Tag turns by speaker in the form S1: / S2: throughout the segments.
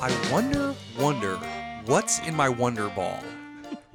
S1: I wonder, wonder, what's in my wonder ball?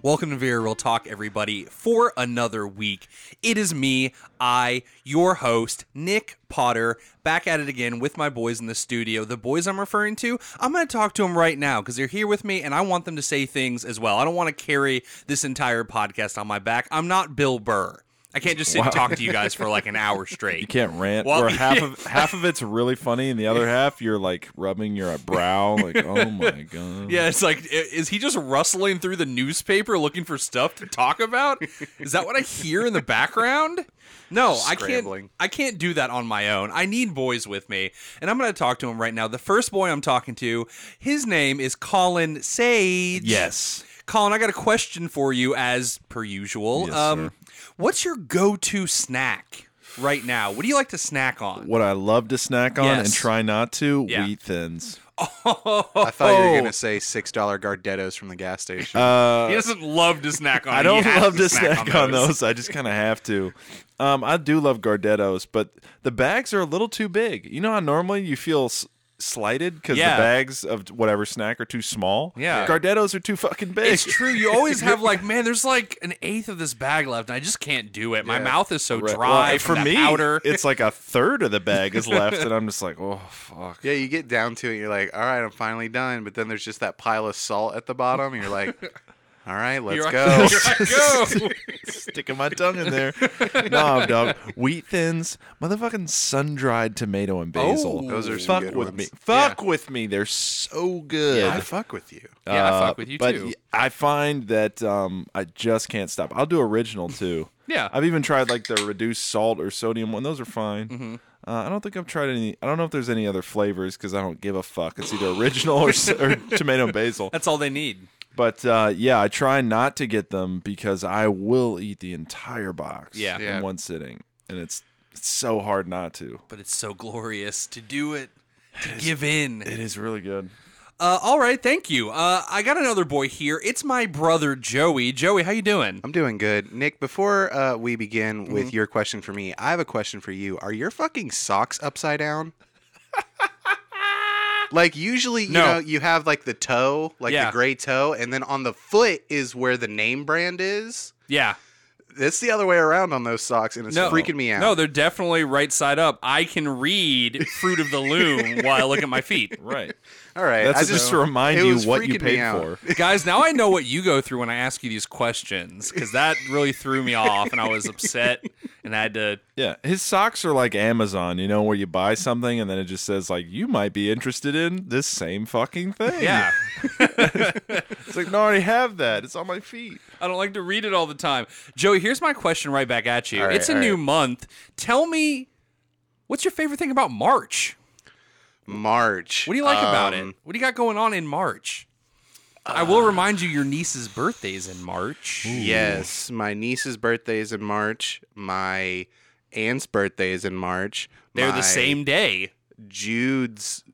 S1: Welcome to Vera Real Talk, everybody, for another week. It is me, I, your host, Nick Potter, back at it again with my boys in the studio. The boys I'm referring to, I'm going to talk to them right now because they're here with me and I want them to say things as well. I don't want to carry this entire podcast on my back. I'm not Bill Burr. I can't just sit and talk to you guys for like an hour straight.
S2: You can't rant.
S1: Well,
S2: where half of half of it's really funny, and the other half you're like rubbing your brow, like oh my god.
S1: Yeah, it's like, i- is he just rustling through the newspaper looking for stuff to talk about? Is that what I hear in the background? No, I can't.
S3: Scrambling.
S1: I can't do that on my own. I need boys with me, and I'm going to talk to him right now. The first boy I'm talking to, his name is Colin Sage.
S2: Yes.
S1: Colin, I got a question for you, as per usual. Um,
S2: Yes,
S1: what's your go-to snack right now? What do you like to snack on?
S2: What I love to snack on
S1: Yes.
S2: and try not to
S1: Yeah.
S2: wheat thins.
S3: I thought you were
S1: Oh.
S3: gonna say six dollar Gardettos from the gas station.
S1: he doesn't love to snack on.
S2: Uh, I
S1: it.
S2: don't
S1: He has
S2: love to snack, on, those. I just kind of have to. Um, I do love Gardettos, but the bags are a little too big. You know how normally you feel s- slighted because
S1: Yeah.
S2: the bags of whatever snack are too small.
S1: Yeah.
S2: Gardettos are too fucking big.
S1: It's true. You always have like, man, there's like an eighth of this bag left, and I just can't do it. My
S3: Yeah.
S1: mouth is so
S2: Right.
S1: dry
S2: Well,
S1: from
S2: for
S1: that
S2: me,
S1: powder.
S2: it's like a third of the bag is left, and I'm just like, oh fuck.
S3: yeah, you get down to it, you're like, all right, I'm finally done. But then there's just that pile of salt at the bottom, and you're like, all right, let's
S1: Here I-
S3: go.
S1: here I go.
S2: sticking my tongue in there. no, dog. Wheat thins, motherfucking sun dried tomato and basil.
S1: Oh.
S3: Those are some
S2: fuck
S3: good
S2: with
S3: ones.
S2: me. Fuck with me. They're so good.
S3: I fuck with you.
S1: Yeah, I
S2: Uh,
S1: fuck with you
S2: but
S1: too.
S2: I find that um, I just can't stop. I'll do original too.
S1: Yeah.
S2: I've even tried like the reduced salt or sodium one. Those are fine.
S1: Mm-hmm.
S2: Uh, I don't think I've tried any. I don't know if there's any other flavors because I don't give a fuck. It's either original or, s- or tomato and basil.
S1: That's all they need.
S2: But uh, yeah, I try not to get them because I will eat the entire box
S1: Yeah.
S2: in
S3: Yeah.
S2: one sitting, and it's, it's so hard not to.
S1: But it's so glorious to do it, to give in.
S2: It is really good.
S1: Uh, all right, thank you. Uh, I got another boy here. It's my brother Joey. Joey, how you doing?
S3: I'm doing good, Nick. Before uh, we begin
S1: Mm-hmm.
S3: with your question for me, I have a question for you. Are your fucking socks upside down? like usually, you
S1: No.
S3: know, you have like the toe, like
S1: Yeah.
S3: the gray toe, and then on the foot is where the name brand is.
S1: Yeah.
S3: It's the other way around on those socks, and it's freaking me out.
S1: No, they're definitely right side up. I can read Fruit of the Loom while I look at my feet.
S2: Right.
S3: All right,
S2: That's
S3: I
S2: just, to remind
S3: it
S2: you
S3: was
S2: what you
S3: freaking me
S2: paid
S3: out.
S2: for.
S1: Guys, now I know what you go through when I ask you these questions because that really threw me off and I was upset and I had to.
S2: Yeah, his socks are like Amazon, you know, where you buy something and then it just says like you might be interested in this same fucking thing.
S1: Yeah,
S2: it's like no, I already have that. It's on my feet.
S1: I don't like to read it all the time. Joey, here's my question right back at you.
S3: All right,
S1: it's a
S3: all
S1: new
S3: right.
S1: month. Tell me, what's your favorite thing about March?
S3: March.
S1: What do you like about
S3: Um,
S1: it? What do you got going on in March? I
S2: uh,
S1: will remind you, your niece's birthday is in March.
S3: Yes, my niece's birthday is in March. My aunt's birthday is in March.
S1: They're
S3: My
S1: the same day.
S3: Jude's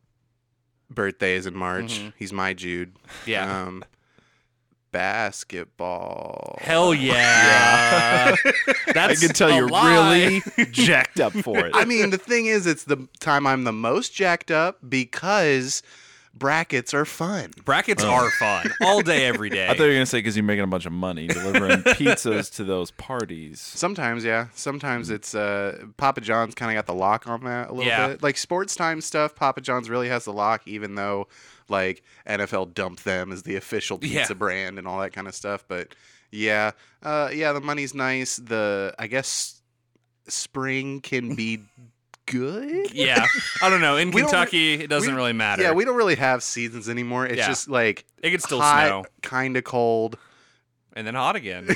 S3: birthday is in March. He's my Jude.
S1: Mm-hmm.
S2: Uh,
S1: Yeah.
S3: Um, basketball.
S1: Hell yeah.
S2: I
S1: That's
S2: can tell
S1: a
S2: you're
S1: lie.
S2: really jacked up for it.
S3: I mean, the thing is, it's the time I'm the most jacked up because brackets are fun.
S1: Brackets are fun all day, every day.
S2: Uh. I thought you were gonna say because you're making a bunch of money delivering pizzas to those parties.
S3: Sometimes, yeah. Sometimes it's uh, Papa John's kind of got the lock on that a
S1: Mm-hmm.
S3: little
S1: Yeah.
S3: bit. Like sports time stuff, Papa John's really has the lock, even though like NFL dumped them as the official
S1: Yeah.
S3: pizza brand and all that kind of stuff. But yeah, uh, yeah, the money's nice. The I guess spring can be good.
S1: yeah. I don't know. In
S3: We don't
S1: Kentucky, it doesn't
S3: we-
S1: really matter.
S3: Yeah, we don't really have seasons anymore. It's
S1: Yeah.
S3: just like
S1: it could still snow
S3: hot, kind of cold.
S1: and then hot again.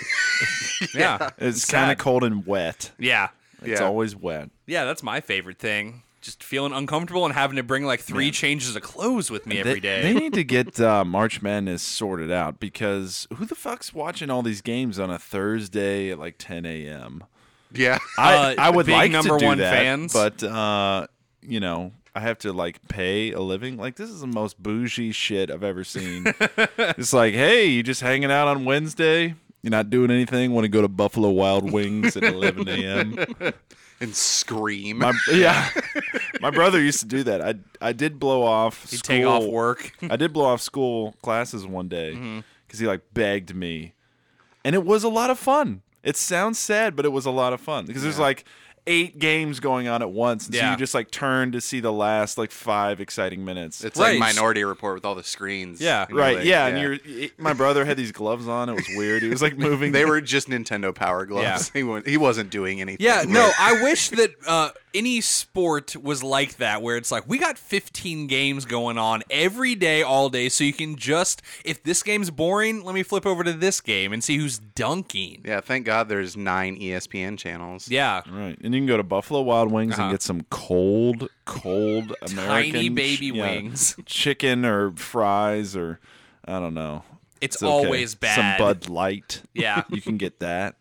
S1: yeah.
S2: It's
S1: sad.
S2: kind of cold and wet.
S1: Yeah.
S2: It's
S3: Yeah.
S2: always wet.
S1: Yeah, that's my favorite thing. Just feeling uncomfortable and having to bring like three changes of clothes with me every
S2: they,
S1: day.
S2: they need to get uh, March Madness sorted out because who the fuck's watching all these games on a Thursday at like 10 a.m.
S3: Yeah.
S2: I,
S1: Uh,
S2: I would
S1: big
S2: like
S1: number
S2: to do
S1: one
S2: that,
S1: fans.
S2: but uh, you know, I have to like pay a living. Like this is the most bougie shit I've ever seen. it's like, hey, you just hanging out on Wednesday. You're not doing anything. Want to go to Buffalo Wild Wings at 11 a.m.
S3: and scream.
S2: My, yeah, my brother used to do that. I I did blow off.
S1: He'd take off
S2: school-
S1: work. Mm-hmm.
S2: I did blow off school classes one day because he like begged me, and it was a lot of fun. It sounds sad, but it was a lot of fun because there's like eight games going on at once, and so
S1: Yeah.
S2: you just like turn to see the last like five exciting minutes.
S3: it's
S1: Right.
S3: like Minority Report with all the screens.
S1: Yeah,
S3: And you're
S2: right,
S3: like,
S2: yeah, and you're. it- my brother had these gloves on. It was weird. He was like moving.
S3: They were just Nintendo Power gloves. He, wa- he wasn't doing anything.
S1: Yeah, no,
S3: right?
S1: I wish that uh, any sport was like that, where it's like we got 15 games going on every day, all day, so you can just if this game's boring, let me flip over to this game and see who's dunking.
S3: Yeah, thank God there's nine E ESPN channels.
S1: Yeah,
S2: Right, and you can go to Buffalo Wild Wings
S1: Uh-huh.
S2: and get some cold, cold American
S1: tiny baby
S2: ch- yeah,
S1: wings.
S2: chicken or fries or I don't know.
S1: It's
S2: okay.
S1: always bad.
S2: Some Bud Light.
S1: Yeah.
S2: you can get that.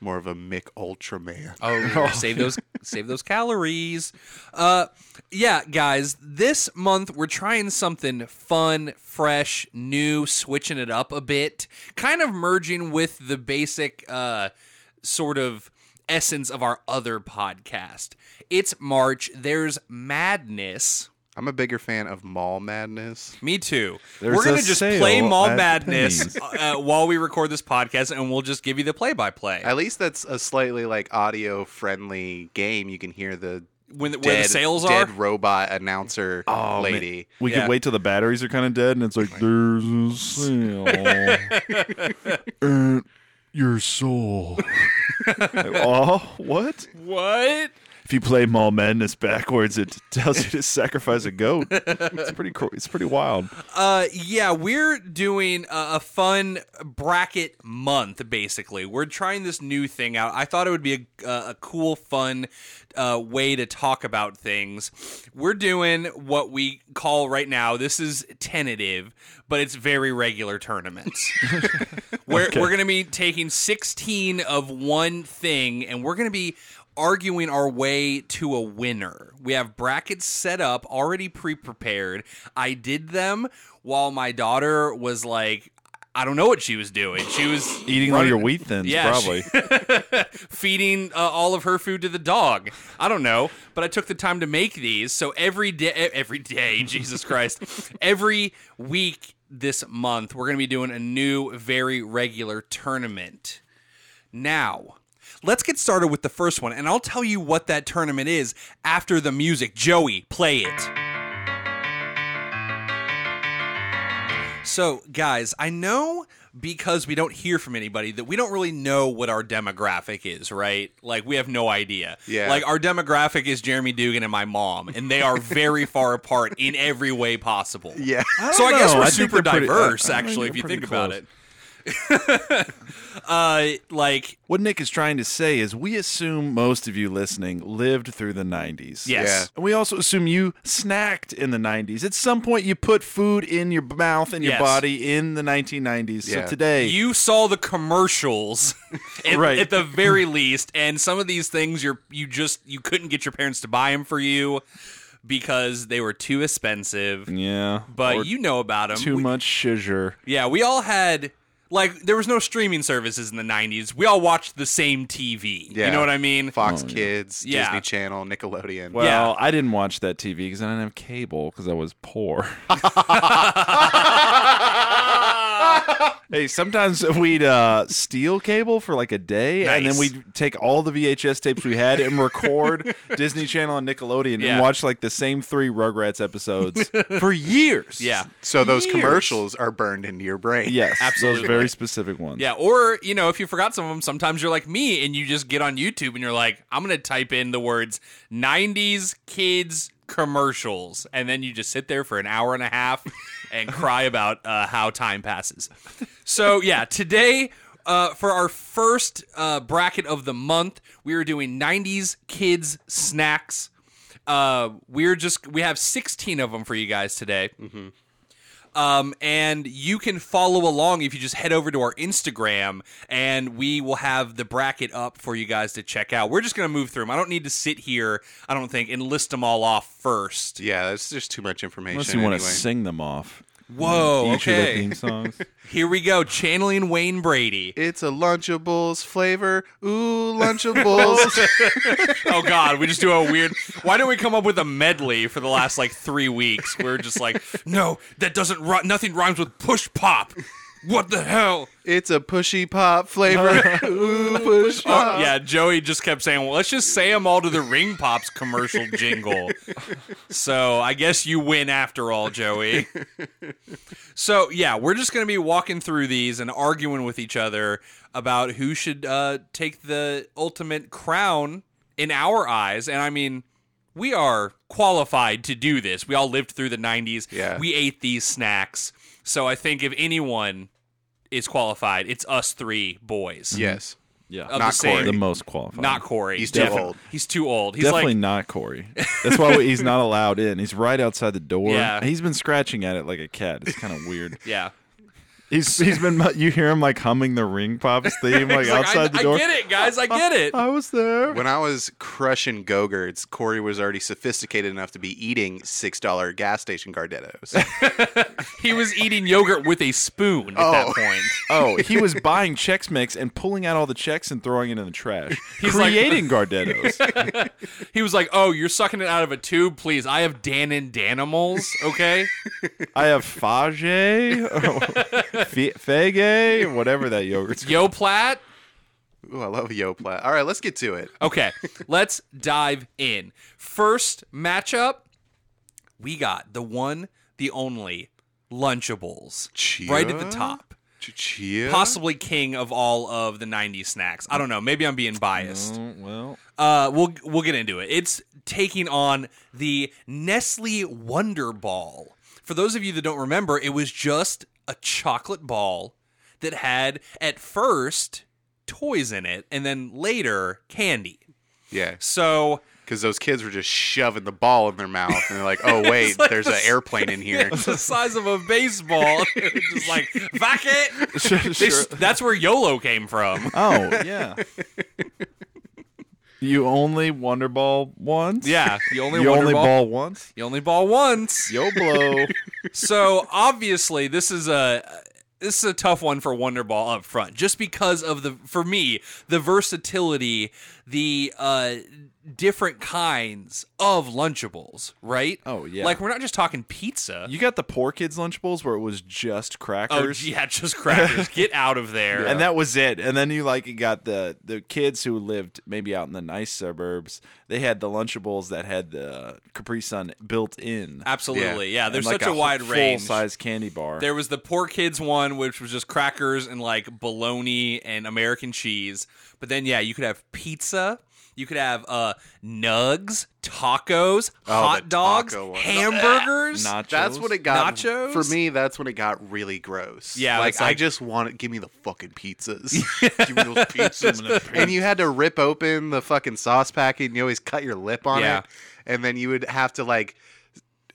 S3: More of a Mick Ultraman.
S1: Oh, save those save those calories. Uh yeah, guys, this month we're trying something fun, fresh, new, switching it up a bit, kind of merging with the basic uh sort of essence of our other podcast. It's March, there's madness.
S3: I'm a bigger fan of Mall Madness.
S1: Me too.
S2: There's
S1: We're gonna
S2: a
S1: just
S2: sale
S1: play Mall
S2: at
S1: Madness
S2: Penny's.
S1: uh, while we record this podcast, and we'll just give you the play-by-play
S3: At least that's a slightly like audio friendly game. You can hear the
S1: when the,
S3: dead,
S1: where the sales are. Oh,
S3: dead robot announcer lady.
S2: We
S1: Yeah.
S2: could wait till the batteries are kind of dead, and it's like there's a sale at your soul. Like, oh, what?
S1: What?
S2: If you play Mall Madness backwards, it tells you to sacrifice a goat. It's pretty cool. It's pretty wild.
S1: Uh, yeah, we're doing a, a fun bracket month. Basically, we're trying this new thing out. I thought it would be a, a, a cool, fun uh, way to talk about things. We're doing what we call right now. This is tentative, but it's very regular tournaments. we're we're gonna be taking sixteen of one thing, and we're gonna be arguing our way to a winner. We have brackets set up, already pre prepared. I did them while my daughter was like, I don't know what she was doing. She was
S2: Eating all
S1: running-
S2: your wheat thins,
S1: Yeah,
S2: probably.
S1: feeding uh, all of her food to the dog. I don't know, but I took the time to make these. So every day, e, every day, Jesus Christ, every week this month, we're going to be doing a new, very regular tournament. Now, let's get started with the first one, and I'll tell you what that tournament is after the music. Joey, play it. So, guys, I know because we don't hear from anybody that we don't really know what our demographic is, right? Like, we have no idea.
S3: Yeah.
S1: Like, our demographic is Jeremy Dugan and my mom, and they are very far apart in every way possible.
S3: Yeah.
S1: So I
S2: don't
S1: guess
S2: know.
S1: we're
S2: I think
S1: super
S2: they're pretty- uh,
S1: diverse,
S2: I- I think
S1: actually, if
S2: they're
S1: you think
S2: pretty
S1: about
S2: close.
S1: it. uh, like,
S2: What Nick is trying to say is we assume most of you listening lived through the 90s.
S1: yes.
S2: And we also assume you snacked in the 90s. At some point, you put food in your mouth and your
S1: Yes.
S2: body in the 1990s.
S3: Yeah.
S2: So today,
S1: You saw the commercials, at,
S2: Right.
S1: at the very least, and some of these things you're you just you couldn't get your parents to buy them for you because they were too expensive.
S2: yeah,
S1: But
S2: Mm, or
S1: you know about them.
S2: too much scissor.
S1: yeah, we all had like there was no streaming services in the '90s. We all watched the same TV.
S3: Yeah.
S1: You know what I mean?
S3: Fox
S2: Oh,
S3: Kids,
S1: Yeah.
S3: Disney Channel, Nickelodeon.
S2: Well, I didn't watch that TV because I didn't have cable because I was poor. hey, sometimes we'd uh, steal cable for like a day, and then
S1: Nice.
S2: we'd take all the VHS tapes we had and record Disney Channel and Nickelodeon
S1: Yeah.
S2: and watch like the same three Rugrats episodes for years.
S1: Yeah.
S3: so those
S2: years.
S3: commercials are burned into your brain.
S2: Yes,
S1: Absolutely.
S2: Those very specific ones.
S1: Yeah, or you know, if you forgot some of them, sometimes you're like me and you just get on YouTube and you're like, I'm gonna type in the words '90s kids commercials, and then you just sit there for an hour and a half and cry about uh, how time passes. So yeah, today. Uh, for our first uh, bracket of the month, we are doing 90s kids snacks. Uh, we're just we have 16 of them for you guys today. Um, and you can follow along if you just head over to our Instagram, and we will have the bracket up for you guys to check out. We're just going to move through them. I don't need to sit here, I don't think, and list them all off first.
S3: Yeah, that's just too much information.
S2: Unless you want
S3: anyway.
S2: to sing them off.
S1: Whoa,
S2: each of their
S1: Oh, okay.
S2: theme songs.
S1: Here we go. Channeling Wayne Brady.
S3: It's a Lunchables flavor. Ooh, Lunchables.
S1: Oh God, we just do a weird. Why don't we come up with a medley for the last like three weeks? We're just like, no, that doesn't. Ri- nothing rhymes with push pop. What the hell?
S3: it's a pushy pop flavor. Ooh, push pop.
S1: Yeah, Joey just kept saying, well, let's just say them all to the Ring Pops commercial jingle. So I guess you win after all, Joey. So yeah, we're just gonna be walking through these and arguing with each other about who should uh, take the ultimate crown in our eyes. And I mean, we are qualified to do this. We all lived through the '90s.
S3: Yeah.
S1: We ate these snacks. So I think if anyone is qualified, it's us three boys.
S3: Yes.
S2: Yeah,
S1: Of
S3: Not
S1: the same,
S3: Corey.
S2: the most qualified.
S1: not Corey.
S3: He's too
S1: Defin-
S3: old.
S1: He's too old. He's
S2: Definitely
S1: like,
S2: not Corey. That's why he's not allowed in. He's right outside the door.
S1: Yeah.
S2: He's been scratching at it like a cat. It's kind of weird.
S1: yeah.
S2: He's he's been you hear him like humming the Ring Pops theme like
S1: He's
S2: outside
S1: I,
S2: the door.
S1: I get it, guys. I get it.
S2: I was there.
S3: When I was crushing go-gurts, Corey was already sophisticated enough to be eating $6 gas station Gardettos.
S1: He was eating yogurt with a spoon at
S3: Oh.
S1: that point.
S2: Oh, he was buying Chex Mix and pulling out all the checks and throwing it in the trash.
S1: He's like-
S2: creating Gardettos.
S1: He was like, "Oh, you're sucking it out of a tube, please. I have Dan and Danimals, okay?
S2: I have Fage, Fe- Fage, whatever that yogurt's.
S1: Yo, Platt.
S3: Ooh, I love Yoplait. All right, let's get to it.
S1: Okay, let's dive in. First matchup, we got the one, the only Lunchables right at the
S3: Chia?
S1: top.
S3: Chia?
S1: Possibly king of all of the 90s snacks. I don't know. Maybe I'm being biased.
S2: Oh, well,
S1: Uh, we'll we'll get into it. It's taking on the Nestle Wonder Ball. For those of you that don't remember, it was just a chocolate ball that had at first toys in it, and then later candy.
S3: Yeah,
S1: So
S3: because those kids were just shoving the ball in their mouth, and they're like, "Oh wait,
S1: like
S3: there's
S1: the
S3: an
S1: s-
S3: airplane in here."
S1: it's the size of a baseball. It was just like back it.
S2: sure,
S1: They,
S2: sure.
S1: That's where YOLO came from.
S2: Oh, yeah. You only Wonder Ball once?
S1: Yeah, you only
S2: you
S1: Wonder
S2: only
S1: ball.
S2: ball. once?
S1: You only ball once.
S2: Yo blow.
S1: so obviously this is a this is a tough one for Wonderball up front, just because of the for me the versatility, the uh, different kinds of Lunchables, right?
S2: Oh, yeah.
S1: like we're not just talking pizza.
S2: you got the poor kids Lunchables where it was just
S1: oh
S2: crackers.
S1: yeah, just crackers. Get out of there.
S2: And that was it. And then you like you got the the kids who lived maybe out in the nice suburbs. They had the Lunchables that had the Capri Sun built in.
S1: Absolutely, yeah. There's
S2: And, like,
S1: Ah, such a, wide range.
S2: Full size candy bar.
S1: There was the poor kids one, which was just crackers and like bologna and American cheese. But then, yeah, you could have pizza. You could have uh, nugs, tacos, hot dogs,
S3: Oh, taco one.
S1: hamburgers.
S2: Nachos.
S3: That's what it got
S1: Nachos?
S3: for me. That's when it got really gross.
S1: Yeah,
S3: like,
S1: it's like-
S3: I just want it. Give me the fucking pizzas. give me those pizzas. and you had to rip open the fucking sauce packet, and you always cut your lip on
S1: Yeah.
S3: it, and then you would have to like,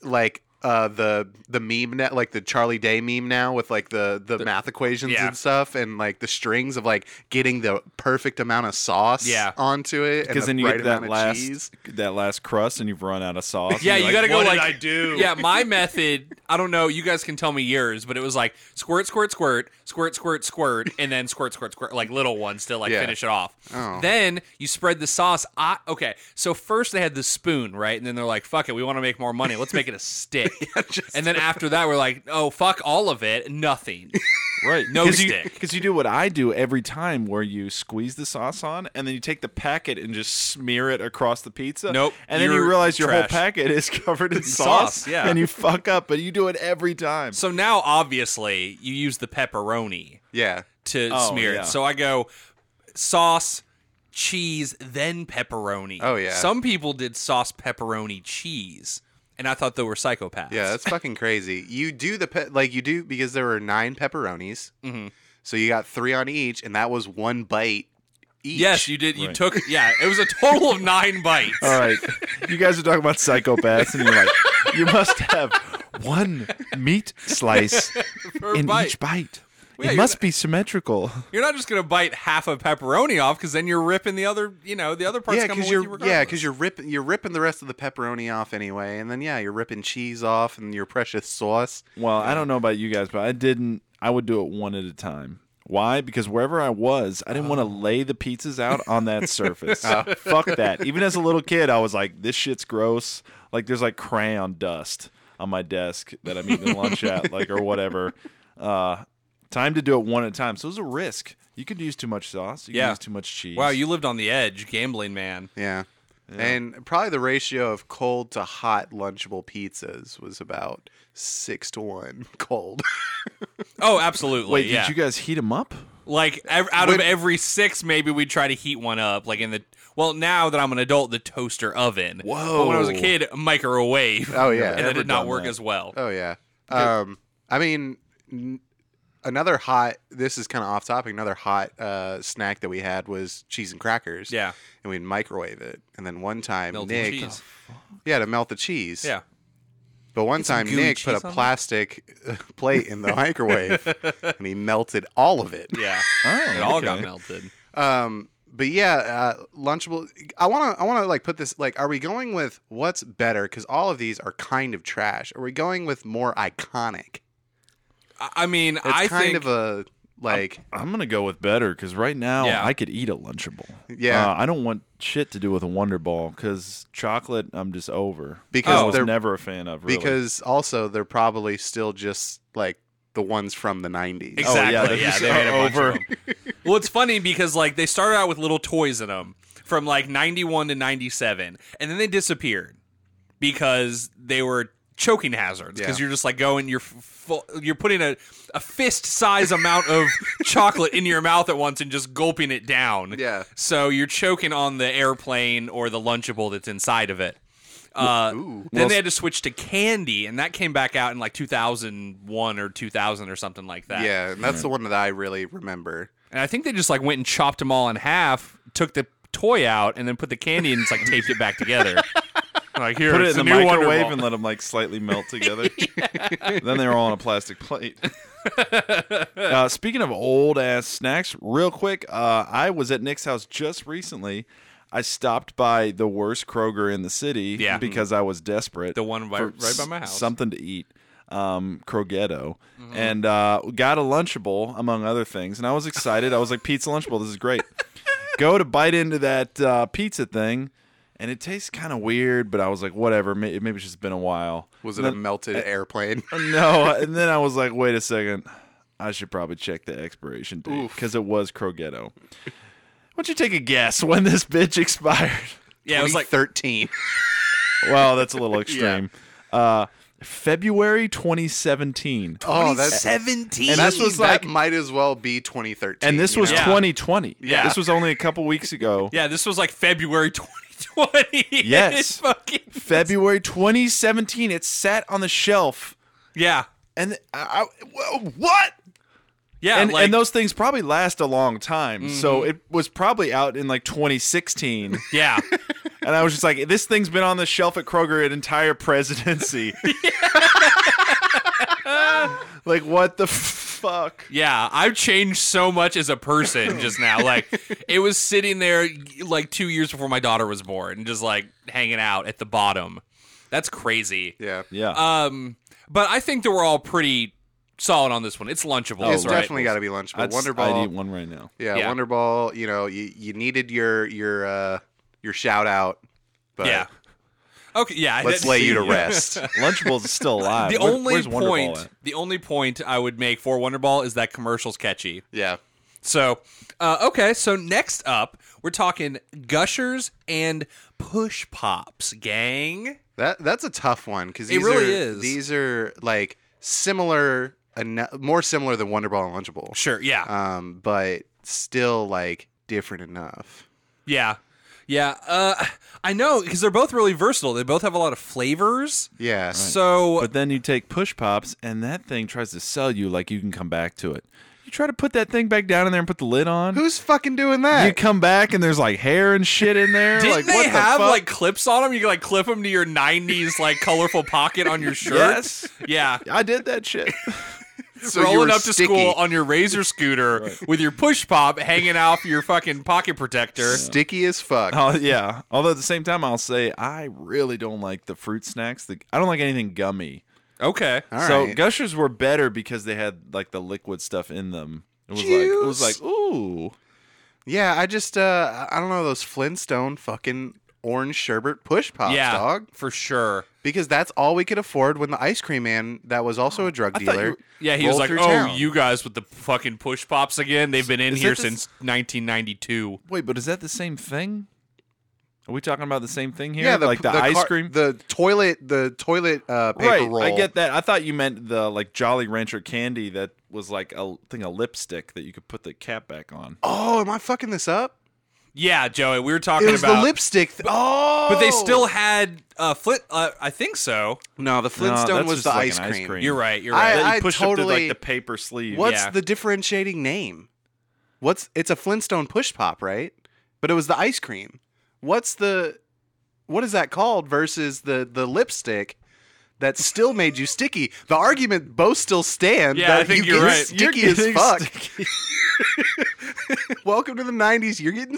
S3: like. Uh, the the meme net like the Charlie Day meme now with like the the, math equations
S1: yeah.
S3: and stuff and like the strings of like getting the perfect amount of sauce
S1: Yeah.
S3: onto it and
S2: because
S3: the
S2: then you
S3: right
S2: get that
S3: amount of
S2: last
S3: cheese.
S2: that last crust and you've run out of sauce.
S1: Yeah,
S2: And
S1: you
S2: you're
S1: gotta go
S2: "What
S1: like
S2: did I do.
S1: Yeah, my method. I don't know. You guys can tell me yours, but it was like squirt, squirt, squirt, squirt, squirt, squirt, and then squirt, squirt, squirt, like little ones to like
S3: Yeah.
S1: finish it off.
S3: Oh.
S1: Then you spread the sauce. I, okay, so first they had the spoon, right? And then they're like, "Fuck it, we want to make more money. Let's make it a stick." and then after that, we're like, "Oh, fuck all of it, nothing."
S2: Right.
S1: No
S2: Cause You,
S1: stick.
S2: 'cause you do what I do every time where you squeeze the sauce on and then you take the packet and just smear it across the pizza.
S1: Nope,
S2: And then you
S1: you're
S2: realize your
S1: trash.
S2: whole packet is covered in
S1: Sauce,
S2: sauce.
S1: yeah.
S2: And you fuck up, but you do it every time.
S1: so now, obviously, you use the pepperoni.
S3: yeah
S1: to
S2: Oh,
S1: smear
S2: yeah.
S1: it. So I go sauce, cheese, then pepperoni.
S3: Oh, yeah.
S1: Some people did sauce, pepperoni, cheese, and I thought they were psychopaths.
S3: Yeah, that's fucking crazy. You do the pe- like you do because there were nine pepperonis, mm-hmm. so you got three on each, and that was one bite each.
S1: Yes, you did. You
S2: Right.
S1: took. Yeah, it was a total of nine bites.
S3: Uh,
S2: All right. You guys are talking about psychopaths and you're like, you must have one meat slice
S1: per
S2: in
S1: bite.
S2: each bite.
S1: Well, yeah,
S2: it
S1: you're
S2: must be symmetrical.
S1: You're not just gonna bite half a pepperoni off because then you're ripping the other, you know, the other parts
S3: yeah,
S1: coming
S3: because
S1: with
S3: you're
S1: you regardless.
S3: yeah, because you're ripping you're ripping the rest of the pepperoni off anyway, and then yeah, you're ripping cheese off and your precious sauce.
S2: Well, I don't know about you guys, but I didn't. I would do it one at a time. Why? Because wherever I was, I didn't want
S1: Oh.
S2: to lay the pizzas out on that surface. Fuck that. Even as a little kid, I was like, this shit's gross. Like, there's like crayon dust on my desk that I'm eating lunch at, like, or whatever. Uh, time to do it one at a time. So it was a risk. You could use too much sauce. You could
S1: Yeah.
S2: use too much cheese.
S1: Wow, you lived on the edge, gambling man.
S3: Yeah. And probably the ratio of cold to hot lunchable pizzas was about six to one cold.
S1: Oh, absolutely.
S2: Wait,
S1: yeah.
S2: did you guys heat them up?
S1: Like ev- out of every six, maybe we try to heat one up. Like in the well, now that I'm an adult, the toaster oven.
S2: Whoa.
S1: But when I was a kid, microwave.
S3: Oh, yeah.
S1: and that
S2: Never
S1: did not
S2: done
S1: work
S2: that.
S1: as well.
S3: oh yeah. Um, I mean, n- another hot. This is kind of off topic. Another hot uh, snack that we had was cheese and crackers.
S1: Yeah.
S3: And we'd microwave it, and then one time
S1: Melted
S3: Nick, Oh.
S1: cheese.
S3: yeah, to melt the cheese.
S1: Yeah.
S3: But one
S1: Oh. some
S3: time
S1: gooey
S3: Nick put
S1: cheese
S3: a
S1: on it?
S3: plastic uh, plate in the microwave, and he melted all of it.
S1: Yeah.
S2: Oh,
S1: It all got
S2: okay.
S1: melted.
S3: Um, but yeah, uh, Lunchable. I wanna, I wanna like put this. Like, are we going with what's better? Because all of these are kind of trash. Are we going with more iconic?
S1: I, I mean,
S3: It's
S1: I
S3: kind
S1: think
S3: of a like.
S2: I'm gonna go with better because right now
S1: Yeah.
S2: I could eat a Lunchable.
S3: Yeah.
S2: uh, I don't want shit to do with a Wonder Ball because chocolate I'm just over.
S3: Because
S1: Oh,
S2: I was
S3: they're-
S2: oh, never a fan of. Really.
S3: because also they're probably still just like the ones from the 90s.
S2: Oh,
S1: Exactly.
S2: yeah,
S1: yeah,
S2: they're just
S1: they made a bunch
S2: over.
S1: of them. well, it's funny because like they started out with little toys in them from like 91 to 97 and then they disappeared because they were choking hazards because
S3: Yeah.
S1: you're just like going you're full, you're putting a, a fist size amount of chocolate in your mouth at once and just gulping it down.
S3: Yeah.
S1: So you're choking on the airplane or the lunchable that's inside of it. Uh,
S3: Ooh.
S1: then they had to switch to candy, and that came back out in like 2001 or 2000 or something like
S2: Oh,
S1: that.
S3: Yeah, and that's the one that I really remember.
S1: And I think they just like went and chopped them all in half, took the toy out, and then put the candy in and just, like taped it back together. like here,
S2: put it
S1: it's
S2: in the
S1: new Wonder
S2: microwave
S1: Wall.
S2: and let them like slightly melt together. then they were all on a plastic plate. uh, speaking of old ass snacks, real quick, uh, I was at Nick's house just recently. I stopped by the worst Kroger in the city
S1: Yeah.
S2: because I was desperate.
S1: the one by,
S2: for
S1: right by my house. Mm-hmm.
S2: Something to eat, um, Crogetto, and uh, got a Lunchable among other things. And I was excited. I was like, pizza Lunchable, this is great. Go to bite into that uh, pizza thing, and it tastes kind of weird. But I was like, whatever. Maybe, maybe it's just been a while.
S3: Was it a melted
S2: eh,
S3: airplane?
S2: No, and then I was like, wait a second. I should probably check the expiration date because it was Crogetto. Why don't you take a guess when this bitch expired?
S1: yeah, it was like
S3: 13.
S2: Well, that's a little extreme. Uh, February 2017.
S3: Oh, that's
S1: 17.
S2: And this was like-
S3: that might as well be 2013.
S2: And this
S3: you
S2: was
S3: know?
S1: Yeah.
S2: 2020.
S1: Yeah.
S2: This was only a couple weeks ago.
S1: yeah, this was like February 2020.
S2: Yes.
S1: It's fucking
S2: February 2017. It sat on the shelf.
S1: yeah,
S2: And I, I- whoa, what?
S1: yeah,
S2: And,
S1: like,
S2: and those things probably last a long time. So it was probably out in like 2016.
S1: yeah.
S2: and I was just like, this thing's been on the shelf at Kroger an entire presidency. like, what the fuck?
S1: Yeah, I've changed so much as a person just now. Like it was sitting there like 2 years before my daughter was born and just like hanging out at the bottom. That's crazy.
S3: Yeah.
S2: Yeah.
S1: Um but I think that we're all pretty solid on this one. It's lunchable,
S3: it's
S1: right?
S3: Oh, definitely got to be lunch. But
S2: I'd,
S3: Wonder
S2: I'd
S3: Ball,
S2: eat one right now.
S3: yeah,
S1: Yeah.
S3: Wonder Ball. You know, you, you needed your your uh, your shout out, but
S1: yeah. Okay, yeah.
S3: let's
S1: that-
S3: lay you to rest.
S2: Lunchables is still alive.
S1: The
S2: Where-
S1: only
S2: where's Wonder Ball
S1: point
S2: at?
S1: the only point I would make for Wonder Ball is that commercial's catchy.
S3: yeah,
S1: So, uh, okay, so next up, we're talking gushers and push pops, gang.
S3: that that's a tough one because
S1: It really is.
S3: These are like similar, eno- more similar than Wonder Ball and Lunchable.
S1: Sure, yeah.
S3: um, but still like different enough.
S1: Yeah. Yeah. Uh, I know because they're both really versatile. They both have a lot of flavors.
S3: Yeah,
S1: So
S2: But then you take push pops, and that thing tries to sell you like you can come back to it. You try to put that thing back down in there and put the lid on.
S3: who's fucking doing that?
S2: you come back, and there's like hair and shit in there.
S1: didn't
S2: like,
S1: they
S2: what the
S1: have
S2: fuck?
S1: like clips on them? You can like clip them to your '90s like colorful pocket on your shirt.
S2: Yes.
S1: Yeah.
S2: I did that shit.
S3: So you
S1: rolling
S3: were
S1: up to
S3: sticky.
S1: school on your razor scooter with your push pop hanging off your fucking pocket protector.
S3: Sticky as fuck.
S2: Oh yeah. Although at the same time, I'll say I really don't like the fruit snacks. The, I don't like anything gummy.
S1: Okay.
S3: All
S2: so
S3: right.
S2: gushers were better because they had like the liquid stuff in them. It was like it was
S3: Juice.
S2: like ooh.
S3: Yeah, I just uh I don't know those Flintstone fucking orange sherbet push pops,
S1: yeah,
S3: dog.
S1: for sure.
S3: Because that's all we could afford when the ice cream man that was also a drug
S2: thought you
S3: dealer.
S2: were-
S1: Yeah, he
S3: rolled
S1: was like,
S3: through
S1: "Oh,
S3: town."
S1: you guys with the fucking push pops again? They've been in
S2: Is
S1: here
S2: that the-
S1: since 1992."
S2: Wait, but is that the same thing? Are we talking about the same thing here?
S3: Yeah, the,
S2: like the, ice
S3: car-
S2: cream.
S3: the toilet, the toilet uh, paper
S2: right,
S3: roll.
S2: I get that. I thought you meant the like Jolly Rancher candy that was like a thing of lipstick that you could put the cap back on.
S3: Oh, am I fucking this up?
S1: Yeah, Joey, we were talking
S3: It was
S1: about
S3: the lipstick. Th- oh,
S1: But they still had uh, flit. Uh, I think so.
S3: no. The Flintstone
S2: that's just
S3: was the
S2: like
S3: ice,
S2: an ice
S3: cream.
S2: cream.
S1: You're right. You're
S2: That
S1: right.
S2: you
S3: I
S2: push up to like
S3: totally-
S2: the paper sleeve.
S3: What's
S1: Yeah.
S3: the differentiating name? What's it's a Flintstone push pop, right? But it was the ice cream. What's the what is that called versus the the lipstick that still made you sticky? The argument both still stand.
S1: Yeah,
S3: that
S1: I think
S3: you
S1: you're
S3: get
S1: right.
S3: Sticky
S2: You're
S3: as
S2: getting
S3: fuck. Welcome to the '90s. You're getting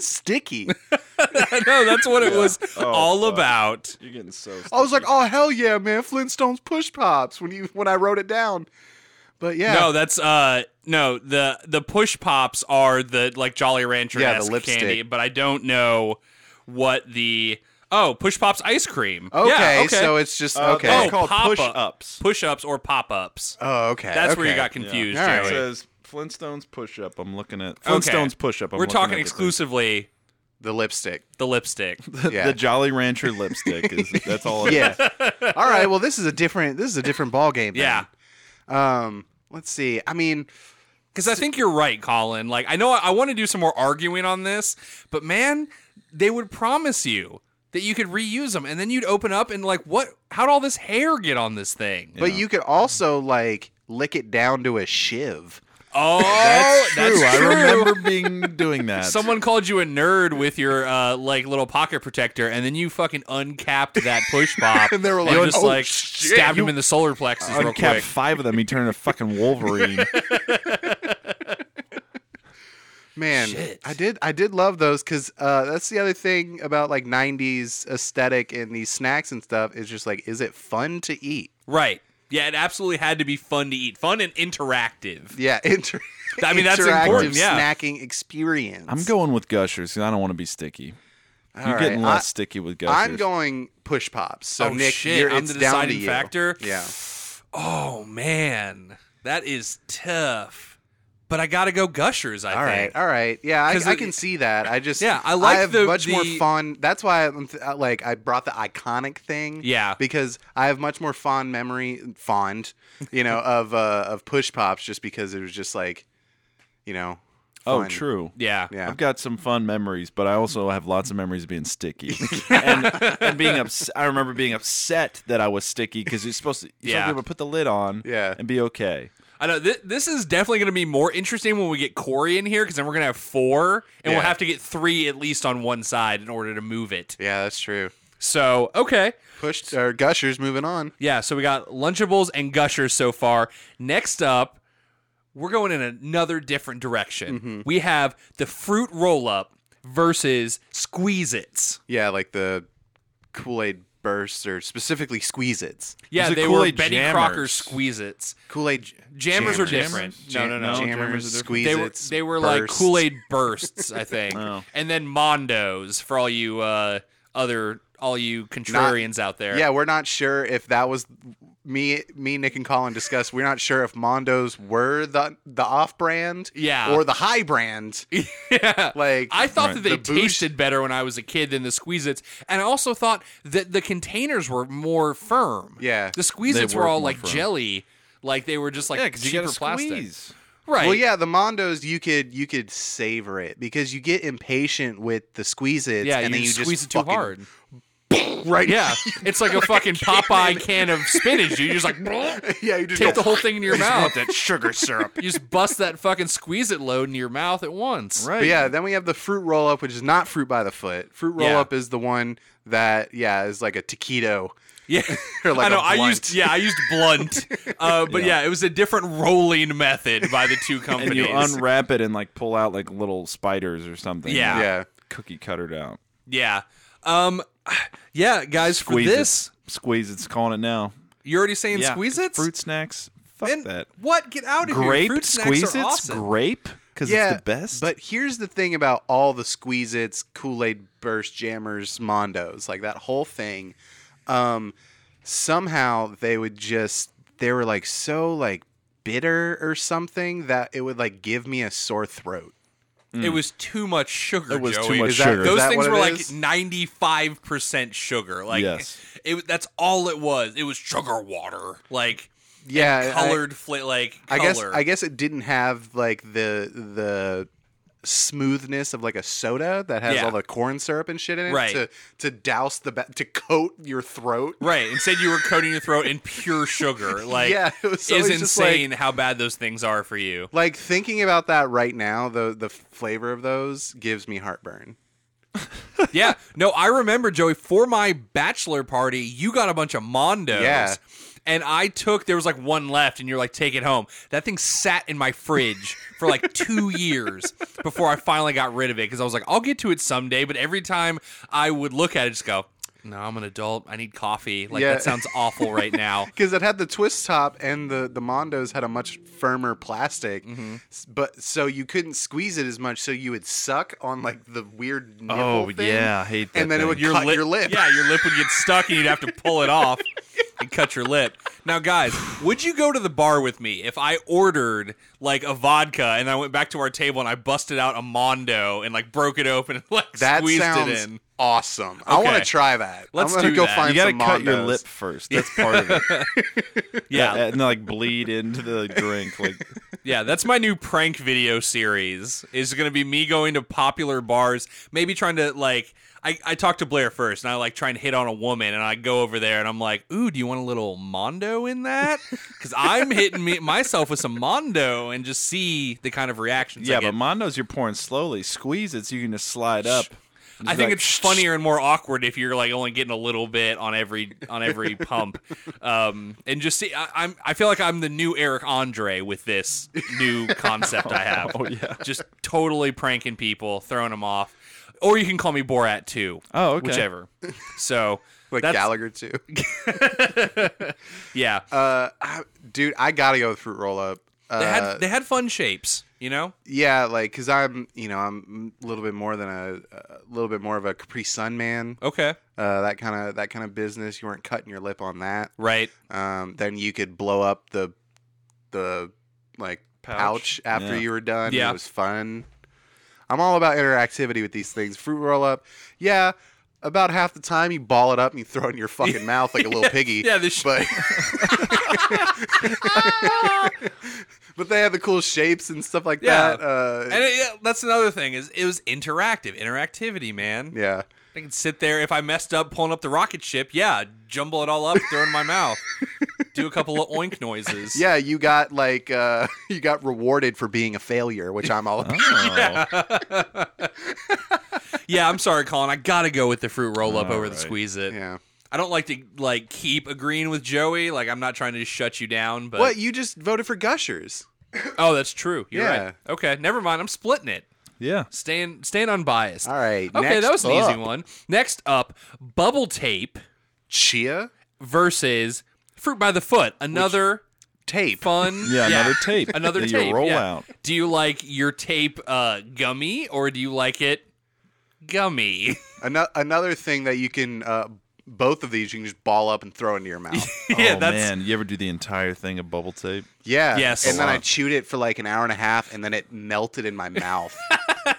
S3: sticky.
S1: no, that's what it was
S2: Oh,
S1: all
S2: fuck.
S1: about.
S2: You're getting so.
S3: I was like, oh hell yeah, man! Flintstones push pops. When you when I wrote it down, but yeah,
S1: No, that's uh no the the push pops are the like Jolly Rancher
S3: Yeah, the lipstick.
S1: candy, but I don't know what the oh push pops ice cream.
S3: okay,
S1: yeah, okay.
S3: so it's just
S2: Uh,
S3: okay.
S2: they're
S1: Oh,
S2: called
S1: pop-up.
S2: push ups.
S1: push ups or pop ups.
S3: Oh, okay.
S1: That's where you
S3: okay.
S1: got confused,
S3: Yeah. All
S1: Joey.
S2: It says Flintstones push up. I'm looking at Flintstones push up. I'm
S1: We're
S2: looking
S1: talking
S2: at the thing.
S1: exclusively
S3: the lipstick.
S1: the lipstick.
S3: Yeah.
S2: The Jolly Rancher lipstick is that's all. It
S3: yeah. All right. Well, this is a different. This is a different ball game.
S1: yeah,
S3: then. Um. Let's see. I mean,
S1: Because I think you're right, Colin. Like, I know I, I want to do some more arguing on this, but man, they would promise you that you could reuse them, and then you'd open up and like, what? How'd all this hair get on this thing?
S3: but you could also like lick it down to a shiv.
S1: oh,
S2: That's
S1: that's
S2: true.
S1: true.
S2: I remember being doing that.
S1: Someone called you a nerd with your uh, like little pocket protector, and then you fucking uncapped that push pop,
S3: And they were like,
S1: just
S3: "Oh,
S1: like
S3: shit,
S1: stabbed him
S3: you
S1: in the solar plexus real
S2: uncapped
S1: quick.
S2: five of them. He turned a fucking Wolverine.
S3: Man,
S1: Shit.
S3: I did. I did love those because uh, that's the other thing about like '90s aesthetic and these snacks and stuff is just like, is it fun to eat?
S1: Right? Yeah, it absolutely had to be fun to eat, fun and interactive.
S3: Yeah. Inter-
S1: I mean, that's
S3: interactive
S1: important, yeah.
S3: snacking experience.
S2: I'm going with gushers because I don't want to be sticky.
S3: All
S2: You're getting
S3: right,
S2: less sticky with gushers.
S3: I, am going push pops. So
S1: Oh,
S3: Nick,
S1: shit,
S3: you're,
S1: I'm
S3: it's
S1: the
S3: down to
S1: deciding
S3: you.
S1: factor.
S3: Yeah.
S1: Oh man, that is tough. But I gotta go gushers. I
S3: All right,
S1: think.
S3: all right. Yeah, I,
S1: 'Cause
S3: I
S1: it-
S3: can see that. I just
S1: Yeah, I like
S3: have
S1: the-
S3: much more
S1: the-
S3: fond. That's why I'm th- uh, like I brought the iconic thing.
S1: Yeah.
S3: because I have much more fond memory, fond, you know, of uh, of push pops, just because it was just like, you know,
S2: oh,
S3: fun.
S2: true.
S1: Yeah.
S3: Yeah,
S2: I've got some fun memories, but I also have lots of memories of being sticky and, and being upset. I remember being upset that I was sticky because you're supposed to,
S1: Yeah.
S2: you're supposed to be able to put the lid on
S3: Yeah.
S2: and be okay.
S1: I know th- this is definitely gonna be more interesting when we get Corey in here because then we're gonna have four, and we'll
S3: Yeah.
S1: have to get three at least on one side in order to move it.
S3: yeah, that's true.
S1: So okay,
S3: Push or gushers. Moving on.
S1: yeah. So we got Lunchables and Gushers so far. Next up, we're going in another different direction.
S2: Mm-hmm.
S1: We have the fruit roll up versus Squeeze Its.
S3: Yeah, like the Kool Aid bursts or specifically Squeeze Its.
S1: Yeah,
S2: Those are
S1: they were
S2: Kool-Aid
S1: Betty
S2: jammers.
S1: Crocker's Squeeze Its.
S3: Kool Aid
S1: Jammers are different. No, no, no.
S3: Jammers, Squeeze
S1: they were
S3: Its.
S1: they were like Kool Aid bursts, I think,
S2: Oh.
S1: and then Mondos for all you uh, other all you contrarians out there.
S3: Yeah, we're not sure if that was me. Me, Nick, and Colin discussed. We're not sure if Mondos were the the off brand,
S1: Yeah.
S3: or the high brand.
S1: yeah.
S3: Like
S1: I thought that they
S3: The boosh-
S1: tasted better when I was a kid than the Squeeze-Its, and I also thought that the containers were more firm.
S3: Yeah.
S1: the Squeeze-Its
S2: They
S1: were
S2: were
S1: all
S2: more
S1: like
S2: firm.
S1: jelly, like they were just like cheaper plastic. Right?
S3: Well, yeah, the Mondos you could you could savor it because you get impatient with the squeeze it,
S1: yeah.
S3: and
S1: you
S3: then you
S1: squeeze
S3: just
S1: it too
S3: fucking
S1: hard.
S3: right.
S1: Yeah, it's like a fucking Popeye can of spinach. Dude. You're just like,
S3: yeah, you just
S1: take
S3: go,
S1: the whole thing into your mouth.
S2: that sugar syrup.
S1: You just bust that fucking squeeze it load into your mouth at once.
S2: Right.
S3: But yeah, then we have the fruit roll up, which is not fruit by the foot. Fruit roll
S1: Yeah.
S3: up is the one that yeah is like a taquito.
S1: Yeah.
S3: Or like
S1: I know.
S3: a
S1: I
S3: blunt.
S1: used yeah. I used blunt. Uh, but yeah. it was a different rolling method by the two companies.
S2: And you unwrap it and like pull out like little spiders or something.
S1: Yeah.
S3: Yeah,
S2: Cookie cuttered out.
S1: yeah. Um. Yeah, guys. For
S2: Squeeze
S1: this,
S2: it. Squeeze it's calling it now.
S1: you're already saying squeeze it.
S2: Fruit snacks. Fuck
S1: and
S2: that.
S1: what? Get out of here.
S2: Grape
S1: Fruit snacks
S2: squeeze
S1: are
S2: it's
S1: awesome.
S2: grape because
S3: yeah,
S2: it's the best.
S3: But here's the thing about all the Squeeze Its, Kool Aid Burst, Jammers, Mondos, like that whole thing. Um, somehow they would just they were like so like bitter or something that it would like give me a sore throat. mm.
S1: It was too much sugar.
S2: It was too
S1: Joey.
S2: much
S3: Is that-
S2: sugar.
S3: is
S1: Those
S3: that
S1: things
S3: what
S1: were
S3: it
S1: like
S3: is?
S1: ninety five percent sugar. Like
S2: Yes.
S1: it, that's all it was. It was sugar water. Like
S3: yeah, I-
S1: colored fla- like
S3: I
S1: color.
S3: guess I guess it didn't have like the the smoothness of like a soda that has
S1: Yeah.
S3: all the corn syrup and shit in it
S1: Right.
S3: to to douse the ba- to coat your throat.
S1: Right. Instead, you were coating your throat in pure sugar. Like,
S3: Yeah, it was
S1: is
S3: always just like-
S1: insane how bad those things are for you.
S3: Like thinking about that right now, the the flavor of those gives me heartburn.
S1: yeah. No, I remember Joey for my bachelor party. You got a bunch of Mondos.
S3: Yeah.
S1: And I took there was like one left, and you're like, take it home. That thing sat in my fridge for like two years before I finally got rid of it because I was like, I'll get to it someday. But every time I would look at it, just go, No, I'm an adult. I need coffee. Like
S3: Yeah.
S1: that sounds awful right now.
S3: Because it had the twist top and the the Mondos had a much firmer plastic,
S2: Mm-hmm.
S3: S- but so you couldn't squeeze it as much. So you would suck on like the weird nipple
S2: oh
S3: thing,
S2: yeah, I hate that.
S3: and then it
S2: thing.
S3: would cut
S1: lip-
S3: your lip.
S1: Yeah, your lip would get stuck, and you'd have to pull it off and cut your lip. Now, guys, would you go to the bar with me if I ordered like a vodka and I went back to our table and I busted out a mondo and like broke it open and like
S3: That
S1: squeezed
S3: sounds
S1: it in?
S3: awesome. I want
S1: Okay.
S3: to try that.
S1: Let's
S3: I'm gonna
S1: do
S3: go
S1: that.
S3: find
S2: you gotta
S3: some
S2: cut your
S3: Mondos.
S2: lip first. That's part of it.
S1: Yeah,
S2: and, and like bleed into the drink. Like
S1: yeah, that's my new prank video series. Is going to be me going to popular bars, maybe trying to like. I, I talked to Blair first, and I like try and hit on a woman, and I go over there, and I'm like, "Ooh, do you want a little mondo in that?" Because I'm hitting me myself with some mondo, and just see the kind of reactions.
S2: yeah,
S1: I get.
S2: but Mondo's you're pouring slowly. Squeeze it so you can just slide up.
S1: I think it's funnier and more awkward if you're like only getting a little bit on every on every pump, um, and just see. I, I'm I feel like I'm the new Eric Andre with this new concept I have. Oh
S2: yeah.
S1: just totally pranking people, throwing them off, or you can call me Borat too.
S2: Oh, okay.
S1: whichever. So
S3: like
S1: that's,
S3: Gallagher too.
S1: yeah,
S3: Uh, I, dude, I gotta go with fruit roll up. Uh,
S1: they had they had fun shapes, you know.
S3: yeah, like because I'm, you know, I'm a little bit more than a, a little bit more of a Capri Sun man.
S1: Okay,
S3: Uh, that kind of that kind of business. You weren't cutting your lip on that.
S1: right.
S3: Um, then you could blow up the the like
S2: Pouch.
S3: pouch, after
S2: Yeah.
S3: you were done.
S1: Yeah.
S3: It was fun. I'm all about interactivity with these things. Fruit roll up, yeah. About half the time, you ball it up and you throw it in your fucking mouth like a little piggy.
S1: Yeah, this.
S3: but but they had the cool shapes and stuff like
S1: Yeah.
S3: that. Uh,
S1: and it, yeah, that's another thing is it was interactive, interactivity, man.
S3: yeah,
S1: I can sit there if I messed up pulling up the rocket ship. Yeah, jumble it all up, throw it in my mouth, do a couple of oink noises.
S3: yeah, you got like uh, you got rewarded for being a failure, which I'm all about.
S1: yeah. I'm sorry, Colin. I gotta go with the fruit roll up
S2: All
S1: over the
S2: right.
S1: squeeze it.
S3: Yeah.
S1: I don't like to like keep agreeing with Joey. Like I'm not trying to shut you down, but
S3: What you just voted for gushers?
S1: oh, that's true. You're
S3: Yeah.
S1: right. Okay, never mind. I'm splitting it.
S2: yeah.
S1: Staying staying unbiased.
S3: All right.
S1: Okay,
S3: next
S1: that was an
S3: up,
S1: easy one. Next up, bubble tape
S3: Chia
S1: versus fruit by the foot. Another.
S3: tape.
S1: Fun,
S2: Yeah, another tape.
S1: another
S2: that
S1: tape.
S2: You roll
S1: yeah.
S2: out.
S1: Do you like your tape uh, gummy or do you like it gummy?
S3: Ano- another thing that you can uh, both of these you can just ball up and throw into your mouth.
S1: yeah,
S2: oh
S1: that's
S2: man, you ever do the entire thing of bubble tape?
S3: Yeah.
S1: Yes.
S3: And then I
S2: Wow.
S3: chewed it for like an hour and a half, and then it melted in my mouth.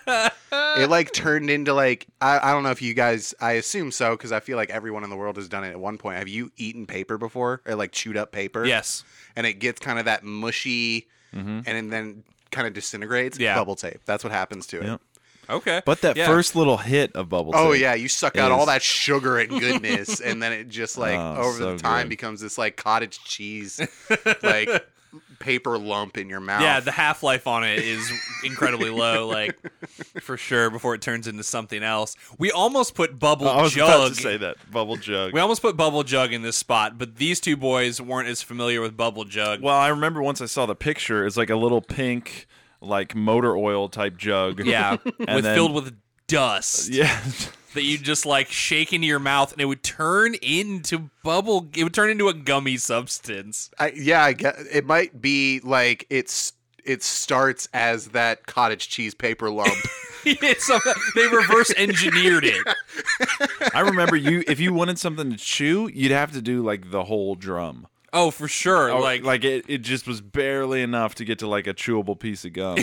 S3: it like turned into like I, I don't know if you guys I assume so because I feel like everyone in the world has done it at one point. Have you eaten paper before or like chewed up paper?
S1: yes.
S3: And it gets kind of that mushy, and, then kind of disintegrates.
S1: Yeah.
S3: Bubble tape. That's what happens to it.
S2: Yep.
S1: Okay.
S2: But that
S1: Yeah.
S2: first little hit of bubble
S3: Oh
S2: tea.
S3: yeah, you suck out all
S2: is-
S3: that sugar and goodness, and then it just like
S2: Oh,
S3: over
S2: so
S3: the time
S2: good.
S3: becomes this like cottage cheese, like paper lump in your mouth.
S1: Yeah, the half life on it is incredibly low, like for sure. Before it turns into something else, we almost put bubble
S2: I was about
S1: jug.
S2: to say that bubble jug.
S1: We almost put bubble jug in this spot, but these two boys weren't as familiar with bubble jug.
S2: Well, I remember once I saw the picture. It's like a little pink, like motor oil type jug.
S1: yeah,
S2: and
S1: with
S2: then-
S1: filled with dust
S2: yeah.
S1: that you just like shake into your mouth, and it would turn into bubble. It would turn into a gummy substance.
S3: I, yeah, I guess it might be like it's it starts as that cottage cheese paper lump.
S1: It's some- they reverse engineered it.
S2: I remember you. If you wanted something to chew, you'd have to do like the whole drum.
S1: Oh, for sure.
S2: Oh,
S1: like,
S2: like it, it just was barely enough to get to like a chewable piece of gum.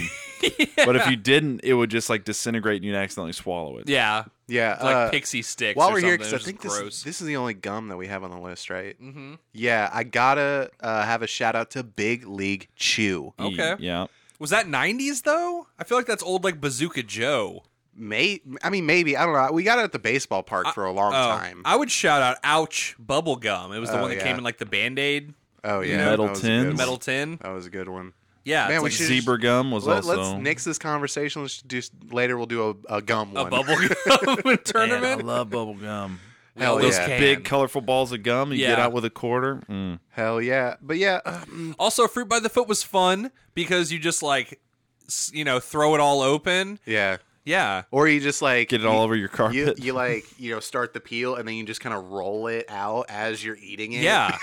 S2: But if you didn't, it would just like disintegrate and you'd accidentally swallow it.
S1: yeah,
S3: yeah,
S1: like
S3: uh,
S1: pixie sticks.
S3: while
S1: or
S3: we're here,
S1: something.
S3: because
S1: It
S3: I
S1: was
S3: think
S1: just
S3: this
S1: gross.
S3: this is the only gum that we have on the list, right?
S1: Mhm.
S3: Yeah, I gotta uh, have a shout out to Big League Chew.
S2: E-
S1: Okay.
S2: Yeah.
S1: Was that '90s though? I feel like that's old, like Bazooka Joe.
S3: May I mean maybe I don't know. We got it at the baseball park for a long
S1: Oh,
S3: time.
S1: I would shout out "Ouch" bubble gum. It was the
S3: Oh,
S1: one that
S3: yeah.
S1: came in like the Band Aid
S3: oh yeah,
S2: Metal
S3: that was a good
S2: tins.
S3: one.
S1: metal tin.
S3: That was a good one.
S1: Yeah,
S3: Man,
S1: it's
S3: we
S1: like
S3: should-
S2: Zebra gum was
S3: Let,
S2: also.
S3: us nix this conversation. Let's do later. We'll do a, a gum
S1: a
S3: one.
S1: bubble gum
S2: Man,
S1: tournament.
S2: I love bubble gum.
S3: Hell
S1: Those
S3: yeah.
S1: can-
S2: Big colorful balls of gum. You get
S1: Yeah.
S2: out with a quarter. Mm.
S3: Hell yeah. But yeah, uh, mm,
S1: also, fruit by the foot was fun because you just like, s- you know, throw it all open.
S3: yeah.
S1: Yeah,
S3: Or you just like
S2: Get it all over your carpet.
S3: You you like you know start the peel and then you just kind of roll it out as you're eating it.
S1: yeah.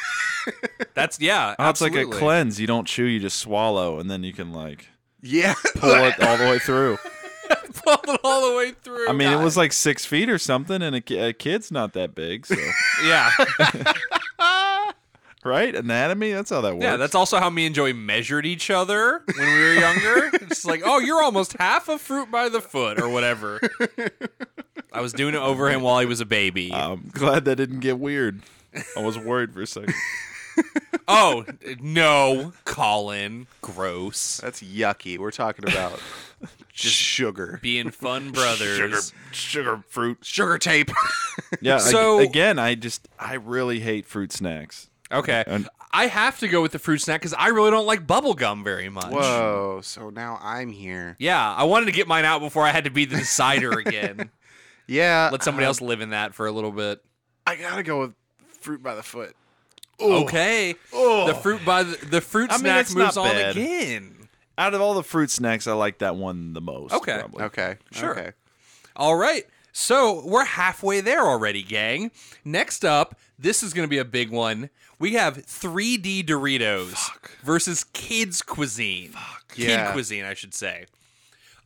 S1: That's yeah.
S2: Oh, it's like a
S1: absolutely.
S2: cleanse. You don't chew, you just swallow, and then you can like
S3: yeah.
S2: pull it all the way through.
S1: Pull it all the way through.
S2: I mean, it was like six feet or something, and a, ki- a kid's not that big, so
S1: yeah,
S2: right? Anatomy. That's how that works.
S1: yeah. That's also how me and Joey measured each other when we were younger. it's like, oh, you're almost half a fruit by the foot or whatever. I was doing it over him while he was a baby.
S2: I'm glad that didn't get weird. I was worried for a second.
S1: Oh no, Colin, gross.
S3: That's yucky. We're talking about just sugar,
S1: Being fun brothers.
S2: sugar fruit.
S3: sugar tape.
S2: Yeah.
S1: So-
S2: So again, I just I really hate fruit snacks.
S1: Okay,
S2: And-
S1: I have to go with the fruit snack because I really don't like bubble gum very much.
S3: Whoa. So now I'm here.
S1: Yeah, I wanted to get mine out before I had to be the decider again.
S3: Yeah.
S1: Let somebody
S2: Uh-huh.
S3: uh,
S1: else live in that for a little bit.
S3: I gotta go with fruit by the foot.
S1: Okay, the fruit by the, the fruit
S2: I mean,
S1: snack
S2: it's
S1: moves
S2: not
S1: on
S2: bad.
S1: again.
S2: Out of all the fruit snacks, I like that one the most.
S1: Okay.
S2: probably.
S3: Okay.
S1: Sure.
S3: Okay.
S1: All right. So we're halfway there already, gang. Next up, this is going to be a big one. We have 3D Doritos versus kids' cuisine. Kid
S3: Yeah.
S1: cuisine, I should say.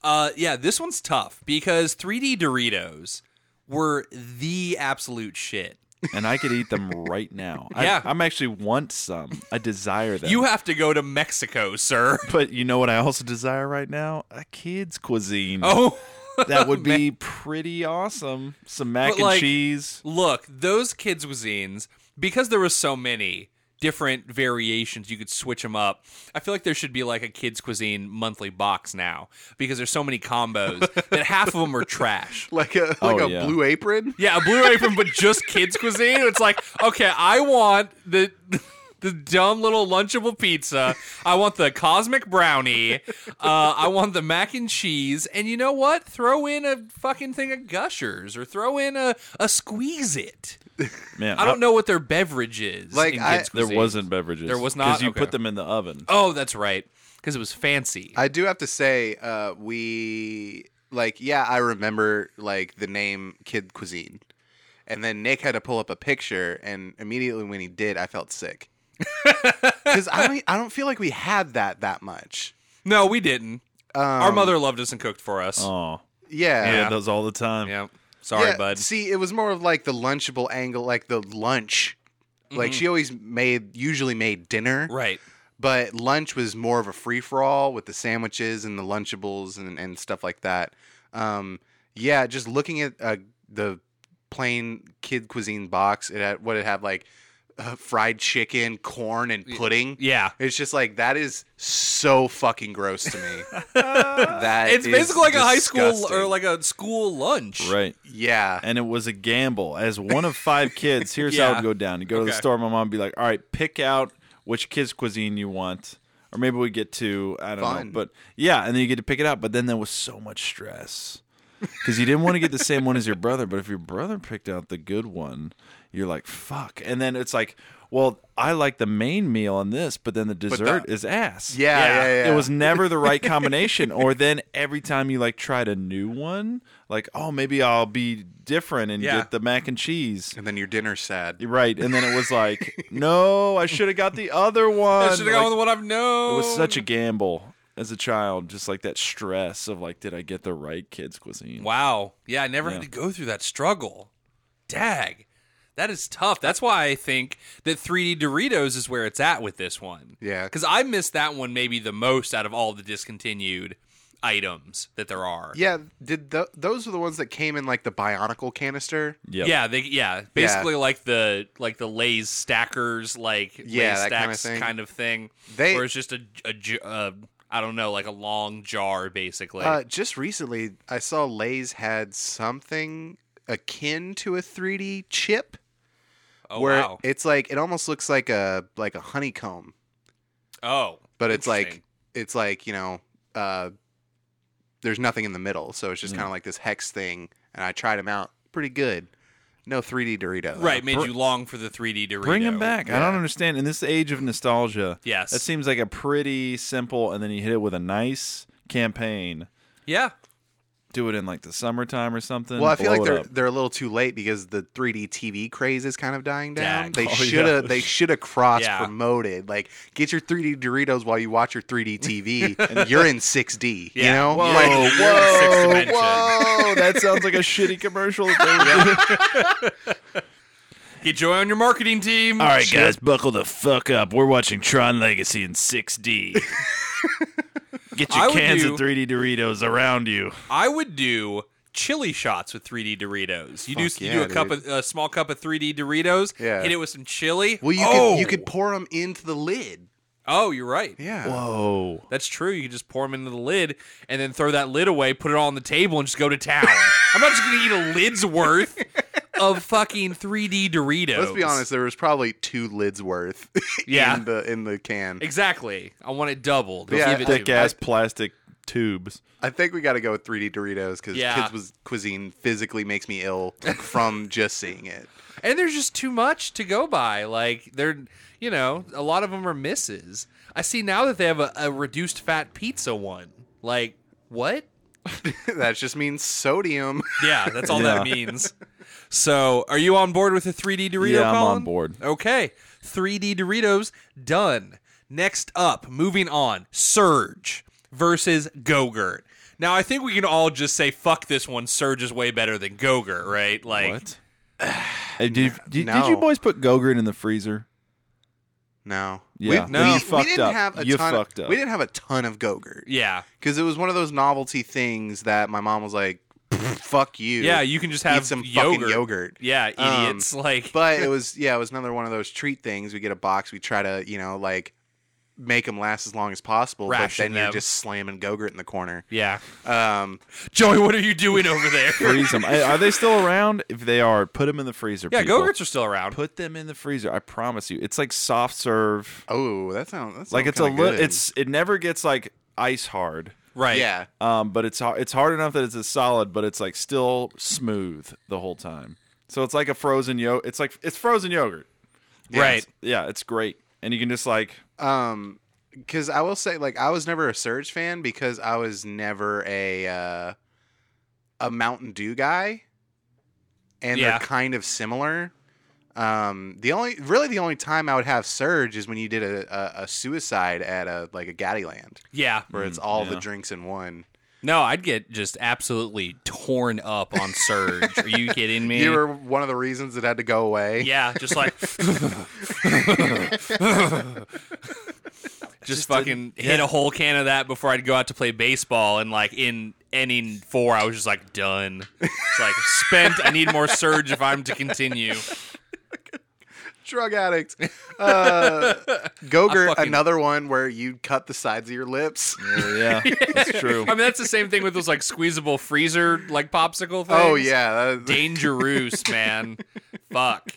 S1: Uh, yeah, this one's tough because 3D Doritos were the absolute shit.
S2: And I could eat them right now. I-
S1: Yeah.
S2: I'm actually want some. I desire them.
S1: You have to go to Mexico, sir.
S2: But you know what I also desire right now? A kid's cuisine.
S1: Oh,
S2: that would be pretty awesome. Some mac
S1: But,
S2: and
S1: like-
S2: cheese.
S1: look, those kids' cuisines, because there was so many different variations, you could switch them up. I feel like there should be like a kids' cuisine monthly box now because there's so many combos that half of them are trash.
S3: Like a
S2: Oh,
S3: like a
S2: yeah.
S3: blue apron.
S1: Yeah, a blue apron, but just kids' cuisine. It's like, okay, I want the. The dumb little lunchable pizza. I want the cosmic brownie. Uh, I want the mac and cheese. And you know what? Throw in a fucking thing of gushers or throw in a, a squeeze it.
S2: Man,
S1: I don't know what their beverage is.
S3: Uh, Like,
S1: in
S3: I-
S1: kids
S2: There
S1: cuisine.
S2: wasn't beverages.
S1: There was not?
S2: because you
S1: Okay.
S2: put them in the oven.
S1: Oh, that's right. Because it was fancy.
S3: I do have to say, uh, we like yeah, I remember like the name Kid Cuisine, and then Nick had to pull up a picture, and immediately when he did, I felt sick because I don't I don't feel like we had that that much.
S1: no, we didn't.
S3: Um,
S1: Our mother loved us and cooked for us.
S2: Oh,
S3: yeah.
S2: yeah, those all the time.
S1: yeah. Sorry,
S3: Yeah,
S1: bud.
S3: See, it was more of like the lunchable angle, like the lunch. Like
S1: Mm-hmm.
S3: she always made, usually made dinner,
S1: Right.
S3: but lunch was more of a free for all with the sandwiches and the Lunchables and, and stuff like that. Um, yeah, just looking at uh, the plain kid cuisine box, it had what it had like uh, fried chicken, corn, and pudding.
S1: Yeah.
S3: It's just like that is so fucking gross to me. that
S1: It's
S3: is
S1: basically like a high school
S3: disgusting.
S1: or like a school lunch.
S2: Right.
S3: yeah.
S2: And it was a gamble. As one of five kids, here's how it
S1: Yeah.
S2: would go down. You go to the
S1: Okay.
S2: store, my mom would be like, all right, pick out which kids' cuisine you want. Or maybe we get to, I don't
S3: Fun.
S2: know. But yeah, and then you get to pick it out. But then there was so much stress. Because you didn't want to get the same one as your brother. But if your brother picked out the good one, you're like, fuck. And then it's like, well, I like the main meal on this, but then the dessert is ass.
S3: Yeah, yeah, yeah.
S2: It was never the right combination. or then every time you like tried a new one, like, oh, maybe I'll be different and
S1: Yeah.
S2: get the mac and cheese.
S3: And then your dinner's sad.
S2: Right. And then it was like, no, I should have got the other one.
S1: I should have gone
S2: Like,
S1: with what I've known.
S2: it was such a gamble as a child, just like that stress of like, did I get the right kids' cuisine?
S1: Wow. Yeah, I never had to go through that struggle. Dag. That is tough. That's why I think that 3D Doritos is where it's at with this one.
S3: Yeah.
S1: Because I missed that one maybe the most out of all the discontinued items that there are.
S3: Yeah, did th- those are the ones that came in like the Bionicle canister?
S2: Yep.
S1: Yeah, they yeah, basically like the like the Lay's stackers, like
S3: Yeah,
S1: Lay's
S3: that
S1: stacks
S3: kind of thing.
S1: kind of thing.
S3: They-
S1: where it's just a, a j- uh, I don't know, like a long jar, basically.
S3: Uh, just recently, I saw Lay's had something akin to a 3D chip,
S1: oh
S3: where
S1: wow.
S3: it's like it almost looks like a like a honeycomb,
S1: oh,
S3: but it's like
S1: Interesting.
S3: it's like you know, uh, there's nothing in the middle, so it's just
S1: Hmm.
S2: Mm.
S3: kind of like this hex thing. And I tried them out, pretty good. No 3D Dorito, though.
S1: right, made
S2: br-
S1: you long for the 3D Dorito.
S2: Bring him back. I
S3: Yeah.
S2: don't understand. In this age of nostalgia,
S1: Yes.
S2: that seems like a pretty simple, and then you hit it with a nice campaign.
S1: Yeah.
S2: Do it in like the summertime or something.
S3: Well, I feel
S2: blow
S3: like
S2: it
S3: they're
S2: up.
S3: they're a little too late because the 3D TV craze is kind of dying down.
S1: Dag.
S3: They
S2: Oh,
S3: should have
S2: yeah.
S3: they should have cross
S1: Yeah.
S3: promoted. Like get your 3D Doritos while you watch your 3D TV. and you're in 6D. You
S1: Yeah.
S3: know,
S1: Whoa,
S3: Like,
S1: whoa, Sixth dimension.
S2: whoa, Oh, that sounds like a shitty commercial. All
S1: Get joy on your marketing team.
S2: right, guys, buckle the fuck up. We're watching Tron Legacy in 6D. Get
S1: your I would cans of do-
S2: 3D Doritos around you.
S1: I would do chili shots with 3D Doritos. You do
S3: Fuck
S1: you do
S3: yeah,
S1: a cup
S3: dude.
S1: of a small cup of 3D Doritos.
S3: Yeah.
S1: Hit it with some chili.
S3: well, you
S1: oh!
S3: could you could pour them into the lid.
S1: Oh, you're right.
S3: Yeah.
S2: Whoa.
S1: That's true. You can just pour them into the lid and then throw that lid away, put it all on the table, and just go to town. I'm not just going to eat a lid's worth of fucking 3D Doritos.
S3: Let's be honest. There was probably two lids worth.
S1: Yeah.
S3: In the in the can.
S1: Exactly. I want it doubled.
S3: Yeah,
S1: Give it
S2: Thick
S1: to me.
S2: ass plastic tubes.
S3: I think we got to go with 3D Doritos because
S1: Yeah.
S3: kids was cuisine physically makes me ill from just seeing it.
S1: and there's just too much to go by. Like they're, you know, a lot of them are misses. I see now that they have a, a reduced fat pizza one. Like what?
S3: that just means sodium.
S1: Yeah, that's all that
S2: Yeah.
S1: means. So, are you on board with the 3D Dorito?
S2: Yeah, I'm
S1: Colin?
S2: on board.
S1: Okay, 3D Doritos done. Next up, moving on, Surge versus Gogurt. Now, I think we can all just say fuck this one. Surge is way better than Gogurt, right? Like,
S2: What? Hey, did, did, did you
S3: No.
S2: boys put Gogurt in the freezer?
S3: No.
S2: Yeah.
S3: We,
S1: No.
S3: we-
S1: You
S3: we
S2: fucked
S3: didn't
S2: up.
S3: have a
S2: You
S3: ton
S2: fucked
S3: of,
S2: up.
S3: We didn't have a ton of Go-Gurt
S1: yeah,
S3: because it was one of those novelty things that my mom was like, "Fuck you."
S1: yeah, you can just
S3: eat
S1: have
S3: some
S1: yogurt.
S3: fucking yogurt.
S1: Yeah,
S3: Um,
S1: idiots. like,
S3: But it was yeah, it was another one of those treat things. We get a box, we try to, you know, like make them last as long as possible,
S1: Ration
S3: but then you're
S1: them.
S3: just slamming Go-Gurt in the corner.
S1: yeah,
S3: Um
S1: Joey, what are you doing over there?
S2: Freeze them. Hey, are they still around? If they are, put them in the freezer.
S1: yeah,
S2: people.
S1: Gogurts are still around.
S2: Put them in the freezer. I promise you. It's like soft serve.
S3: oh, that sounds that
S2: Like
S3: sounds
S2: it's a
S3: kinda
S2: little.
S3: good.
S2: It's it never gets like ice hard.
S1: Right.
S3: yeah.
S2: Um, but it's hard. It's hard enough that it's a solid, but it's like still smooth the whole time. So it's like a frozen yo. It's like it's frozen yogurt.
S1: Right.
S2: Yeah, it's great, and you can just like
S3: Um cuz I will say like I was never a Surge fan because I was never a uh a Mountain Dew guy. And
S1: Yeah.
S3: they're kind of similar. Um the only really the only time I would have Surge is when you did a a, a suicide at a like a Gaddyland
S1: Yeah.
S3: where it's all the
S2: yeah.
S3: drinks in one.
S1: No, I'd get just absolutely torn up on Surge. Are you kidding me?
S3: You were one of the reasons it had to go away.
S1: yeah, just like just, fucking hit a whole can of that before I'd go out to play baseball and like in inning four I was just like done. It's like spent, I need more surge if I'm to continue.
S3: drug addict. Uh, Gogurt,
S1: fucking-
S3: another one where you cut the sides of your lips.
S2: yeah, that's true.
S4: I mean, that's the same thing with those like squeezable freezer like popsicle things.
S3: Oh yeah, that-
S4: dangerous man. Fuck.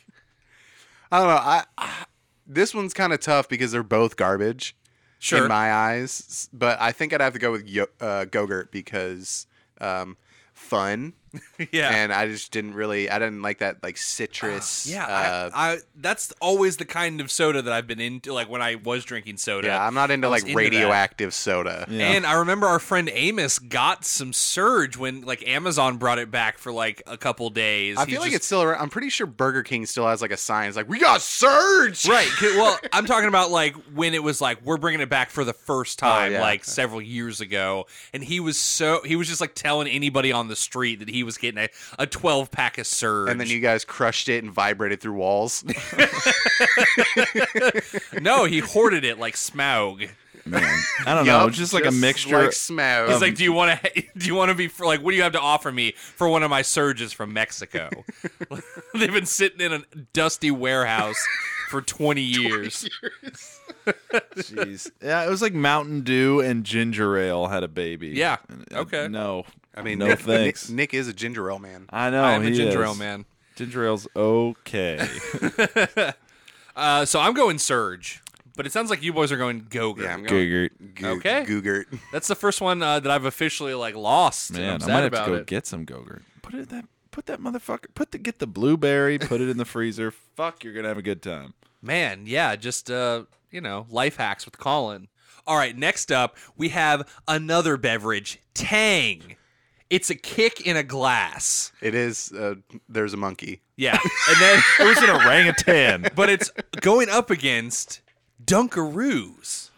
S3: I don't know. I, I this one's kind of tough because they're both garbage
S1: Sure.
S3: in my eyes, but I think I'd have to go with Yo- uh, Gogurt because um, fun.
S1: yeah.
S3: and I just didn't really I didn't like that like citrus.
S1: Ah, yeah,
S3: uh,
S1: I, I that's always the kind of soda that I've been into. Like when I was drinking soda,
S3: yeah, I'm not into
S1: I was
S3: like
S1: into that.
S3: radioactive soda.
S2: Yeah.
S1: And I remember our friend Amos got some surge when like Amazon brought it back for like a couple days.
S3: I
S1: He's
S3: feel like
S1: just-
S3: it's still around. I'm pretty sure Burger King still has like a sign. It's like we got surge.
S1: right. 'cause- Well, I'm talking about like when it was like we're bringing it back for the first time,
S3: Oh, yeah.
S1: like several years ago, and he was so he was just like telling anybody on the street that he was getting a, a 12 pack of surge.
S3: And then you guys crushed it and vibrated through walls.
S1: no, he hoarded it like Smaug.
S2: Man, I don't know.
S3: Yup,
S2: Just like a mixture.
S3: like smoke.
S1: He's like, do you want to? Do you want to be for, like? What do you have to offer me for one of my surges from Mexico? They've been sitting in a dusty warehouse for twenty years.
S2: Jeez. Yeah, it was like Mountain Dew and ginger ale had a baby.
S1: Yeah,
S2: And-
S1: okay.
S2: No,
S3: I mean,
S2: no
S3: Nick,
S2: thanks.
S3: Nick, Nick is a ginger ale man.
S2: I know.
S1: I'm a
S2: Oh, he
S1: ginger
S2: is.
S1: ale man.
S2: Ginger ale's okay.
S1: Uh, so I'm going surge, but it sounds like you boys are going Goger.
S3: Yeah, I'm going
S2: Gugert.
S1: Okay.
S3: Googert.
S1: That's the first one uh, that I've officially like lost. and I'm
S2: Man, I
S1: sad
S2: might have
S1: about
S2: to go
S1: it.
S2: get some Gogurt. Put it in that. Put that motherfucker. Put the get the blueberry. Put it in the freezer. Fuck, you're gonna have a good time.
S1: Man, yeah, just uh, you know, life hacks with Colin. All right, next up we have another beverage, Tang. It's a kick in a glass.
S3: It is. Uh, there's a monkey.
S1: Yeah, and then.
S2: It was an orangutan.
S1: but it's going up against Dunkaroos.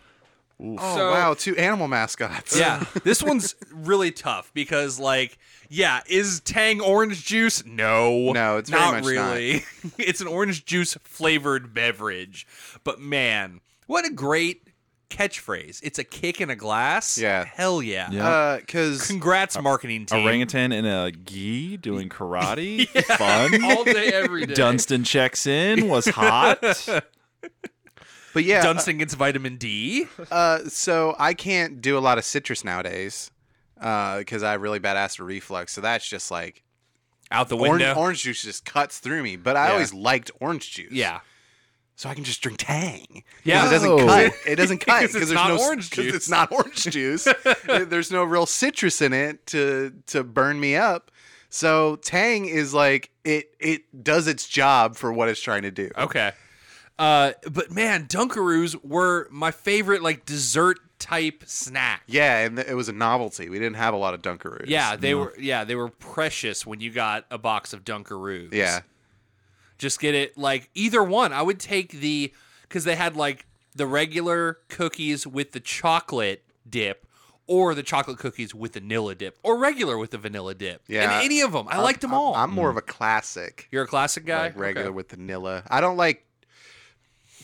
S3: Oh
S1: So-
S3: wow, two animal mascots.
S1: Yeah, this one's really tough because, like, yeah, is Tang orange juice? No,
S3: No, it's very
S1: not
S3: much
S1: really. it's an orange juice flavored beverage, but man, what a great catchphrase! It's a kick in a glass.
S3: Yeah.
S1: hell yeah.
S2: Yeah.
S3: Uh, Because
S1: Congrats, marketing team.
S2: orangutan in a gi doing karate. Fun.
S4: All day, every day.
S2: Dunstan checks in. Was hot.
S3: but yeah,
S1: Dunstan gets vitamin D.
S3: Uh, so I can't do a lot of citrus nowadays because I have really bad acid reflux. So that's just like
S1: Out the
S3: orange,
S1: window.
S3: orange juice just cuts through me. But I
S1: Yeah.
S3: always liked orange juice.
S1: Yeah.
S3: So I can just drink Tang. 'Cause
S1: Yeah.
S3: It doesn't
S2: Oh.
S3: cut. It doesn't cut
S1: 'Cause it's
S3: there's
S1: not
S3: no
S1: orange
S3: because
S1: juice.
S3: it's not orange juice. There- there's no real citrus in it to to burn me up. So Tang is like it. It does its job for what it's trying to do.
S1: Okay. Uh, but man, Dunkaroos were my favorite like dessert type snack.
S3: Yeah, and th- it was a novelty. We didn't have a lot of Dunkaroos.
S1: Yeah, they were yeah, they were precious when you got a box of Dunkaroos.
S3: Yeah.
S1: Just get it like either one. I would take the cuz they had like the regular cookies with the chocolate dip or the chocolate cookies with vanilla dip or regular with the vanilla dip.
S3: Yeah.
S1: And any of them. I liked them all.
S3: I'm more of a classic.
S1: You're a classic guy?
S3: like regular
S1: Okay.
S3: with vanilla. I don't like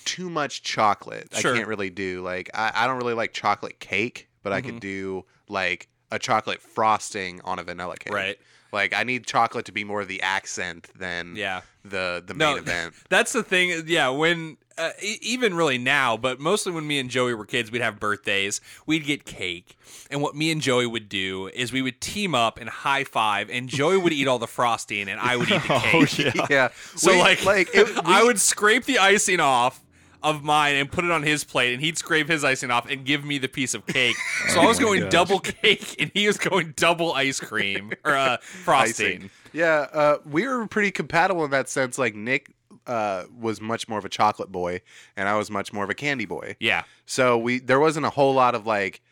S3: too much chocolate.
S1: Sure.
S3: I can't really do like I, I don't really like chocolate cake, but I
S1: Mm-hmm.
S3: could do like a chocolate frosting on a vanilla cake.
S1: Right.
S3: Like I need chocolate to be more the accent than
S1: Yeah.
S3: the the
S1: No,
S3: main event.
S1: That's the thing. is- Yeah, when uh, e- even really now, but mostly when me and Joey were kids, we'd have birthdays, we'd get cake, and what me and Joey would do is we would team up and high five, and Joey would eat all the frosting, and I would eat the
S2: Oh
S1: cake.
S2: yeah.
S3: yeah.
S1: So
S3: We-
S1: like,
S3: like it,
S1: I
S3: we-
S1: would scrape the icing off. Of mine and put it on his plate, and he'd scrape his icing off and give me the piece of cake. So
S3: Oh
S1: I was
S2: my
S1: going
S2: gosh.
S1: double cake, and he was going double ice cream or uh, frosting.
S3: icing. Yeah, uh, we were pretty compatible in that sense. Like Nick uh, was much more of a chocolate boy, and I was much more of a candy boy.
S1: Yeah,
S3: So we there wasn't a whole lot of like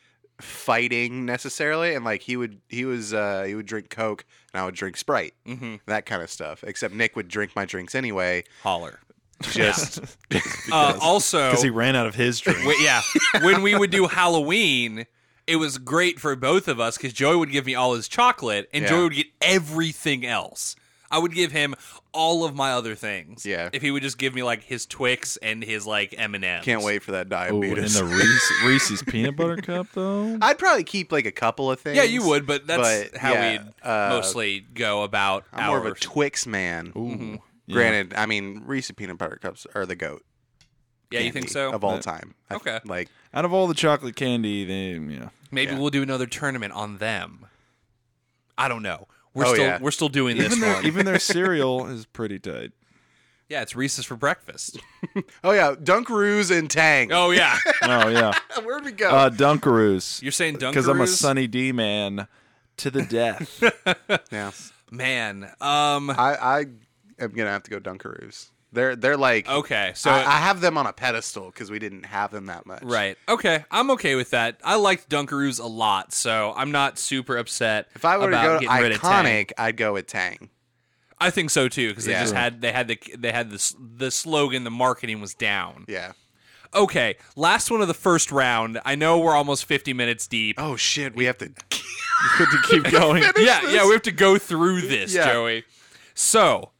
S3: fighting necessarily, and like he would he was uh, he would drink Coke and I would drink Sprite,
S1: Mhm.
S3: that kind of stuff. Except Nick would drink my drinks anyway.
S1: holler.
S3: Just
S1: Uh, also,
S2: Because he ran out of his drink.
S1: Wh- yeah. when we would do Halloween, it was great for both of us because Joey would give me all his chocolate and
S3: Yeah.
S1: Joey would get everything else. I would give him all of my other things.
S3: Yeah.
S1: If he would just give me like his Twix and his like M&Ms.
S3: can't wait for that
S2: Ooh, and
S3: diabetes.
S2: the Reese, Reese's peanut butter cup though.
S3: I'd probably keep like a couple of things.
S1: Yeah, you would, but that's
S3: But,
S1: how
S3: yeah,
S1: we'd
S3: uh,
S1: mostly go about
S3: I'm
S1: our
S3: more of a Twix man.
S2: Ooh. Yeah.
S3: Granted, I mean Reese peanut butter cups are the goat.
S4: Yeah, you think
S3: candy
S4: so?
S3: Of all
S2: Yeah.
S3: time. I-
S4: Okay.
S3: Like
S2: Out of all the chocolate candy, then yeah.
S1: Maybe
S3: Yeah.
S1: we'll do another tournament on them. I don't know. We're
S3: Oh,
S1: still
S3: yeah.
S1: we're still doing this
S2: Even their,
S1: one.
S2: even their cereal is pretty tight.
S1: yeah, it's Reese's for breakfast.
S3: oh yeah, Dunkaroos and Tang.
S4: Oh yeah,
S2: Oh yeah,
S3: Where'd we go?
S2: uh, Dunkaroos.
S1: You're saying Dunkaroos?
S2: Because I'm a Sunny D man to the death.
S3: yeah.
S1: man. Um.
S3: I, I am gonna have to go Dunkaroos. They're they're like
S1: Okay. So
S3: So I, I have them on a pedestal because we didn't have them that much.
S1: right. Okay. I'm okay with that. I liked Dunkaroos a lot, so I'm not super upset.
S3: If I were to
S1: about
S3: go to
S1: getting rid of Tang.
S3: iconic, I'd go with Tang.
S1: I think so too because
S3: Yeah.
S1: they just
S3: Sure.
S1: had they had the they had the s- the slogan the marketing was down.
S3: Yeah.
S1: Okay, last one of the first round. I know we're almost 50 minutes deep.
S3: Oh shit, we have to.
S2: Good to keep going.
S1: yeah, yeah, we have to go through this,
S3: Yeah.
S1: Joey. So,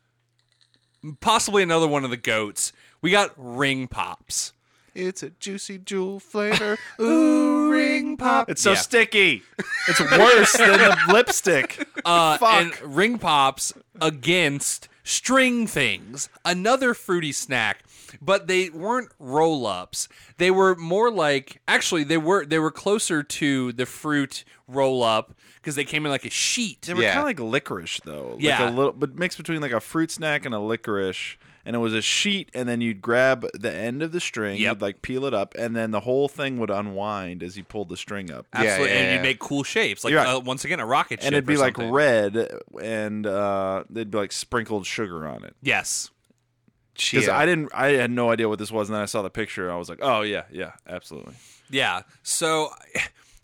S1: possibly another one of the goats. We got ring pops.
S3: It's a juicy jewel flavor. Ooh, ring pop.
S2: It's so
S1: Yeah.
S2: sticky. It's worse than the lipstick.
S1: Uh,
S2: Fuck.
S1: And ring pops against string things, another fruity snack. But they weren't roll ups. They were more like actually they were they were closer to the fruit roll up because they came in like a sheet.
S2: They were
S3: Yeah.
S2: kind of like licorice though. Like
S1: Yeah.
S2: a little but mixed between like a fruit snack and a licorice. And it was a sheet, and then you'd grab the end of the string,
S1: Yep.
S2: you'd like peel it up, and then the whole thing would unwind as you pulled the string up.
S3: Yeah,
S1: Absolutely,
S3: yeah,
S1: and
S3: yeah.
S1: you make cool shapes like
S2: You're right.
S1: uh, once again a rocket ship,
S2: and it'd be
S1: or
S2: like
S1: something.
S2: red, and uh, they'd be like sprinkled sugar on it.
S1: Yes,
S2: Because
S3: Cheeto.
S2: I didn't, I had no idea what this was, and then I saw the picture, and I was like, oh yeah, yeah, absolutely.
S1: yeah. So,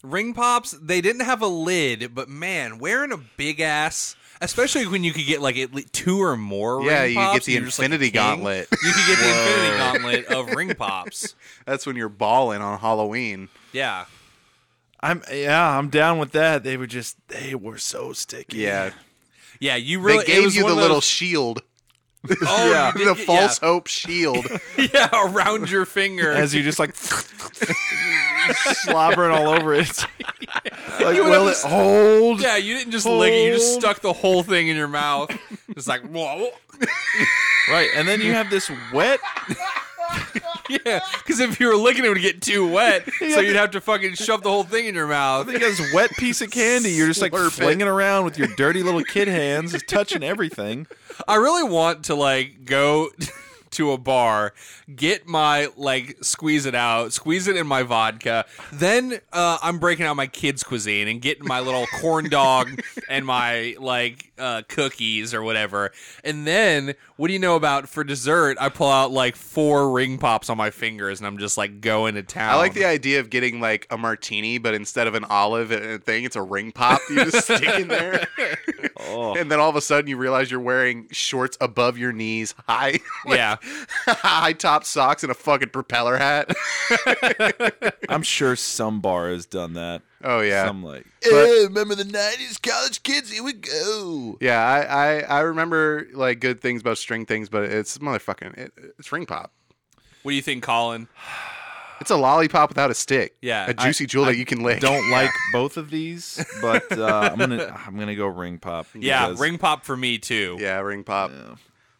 S1: ring pops they didn't have a lid, but man, wearing a big ass. Especially when you could get like at least two or more.
S3: Yeah,
S1: ring
S3: you could get
S1: pops,
S3: the
S1: and you're just, like,
S3: infinity
S1: king.
S3: gauntlet.
S1: You could get the infinity gauntlet of ring pops.
S3: That's when you're balling on Halloween.
S1: Yeah,
S2: I'm yeah, I'm down with that. They were just they were so sticky.
S3: Yeah.
S1: yeah. You really
S3: they
S1: it
S3: gave
S1: was
S3: you
S1: one of
S3: the
S1: those-
S3: little shield,
S1: oh, you did
S3: the
S1: get-
S3: false hope shield.
S1: yeah, yeah around your finger.
S2: as you just like slobbering all over it. It's like,
S1: would
S2: will
S1: have
S2: it hold?
S1: yeah, you didn't just lick it; you just
S2: Hold.
S1: stuck the whole thing in your mouth. It's like whoa.
S2: Right, and then you have this wet.
S1: Yeah, because if you were licking, it would get too wet, so you'd have to fucking shove the whole thing in your mouth.
S2: You got this wet piece of candy. You're just like
S3: Slurp it.
S2: flinging around with your dirty little kid hands, just touching everything.
S1: I really want to like go to a bar, get my like squeeze it out, squeeze it in my vodka. Then uh, I'm breaking out my kids' cuisine and getting my little corn dog and my like uh, cookies or whatever. And then what do you know about for dessert? I pull out like four ring pops on my fingers and I'm just like going to town.
S3: I like the idea of getting like a martini, but instead of an olive and a thing, it's a ring pop you just stick in there.
S2: Oh,
S3: And then all of a sudden you realize you're wearing shorts above your knees, high
S1: yeah.
S3: high top socks and a fucking propeller hat.
S2: I'm sure some bar has done that.
S3: Oh yeah.
S2: Some like
S3: remember the nineties college kids, here we go. Yeah, I, I, I remember like good things about string things, but it's motherfucking it, it's ring pop.
S1: What do you think, Colin?
S3: It's a lollipop without a stick.
S1: Yeah,
S3: A juicy jewel that you can lick.
S2: don't like both of these, but uh, I'm gonna I'm gonna go ring pop.
S1: Yeah,
S2: because-
S1: ring pop for me too.
S3: Yeah, ring pop.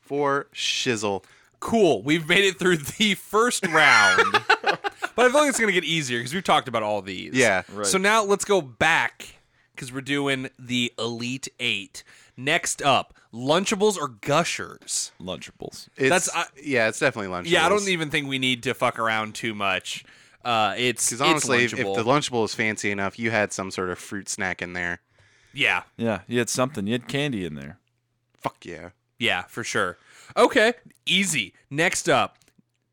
S3: For shizzle.
S1: Cool. We've made it through the first round. but I feel like it's going to get easier because we've talked about all these.
S3: Yeah.
S2: Right.
S1: So now let's go back because we're doing the Elite Eight. Next up, Lunchables or Gushers?
S2: Lunchables.
S1: That's-
S3: It's,
S1: I-
S3: yeah, it's definitely lunch.
S1: Yeah, I don't even think we need to fuck around too much. Uh, it's
S3: because honestly,
S1: it's
S3: if, if
S1: Lunchable.
S3: the lunchable is fancy enough, you had some sort of fruit snack in there.
S1: yeah,
S2: Yeah, you had something. You had candy in there.
S3: Fuck yeah.
S1: yeah, for sure. Okay, easy. Next up,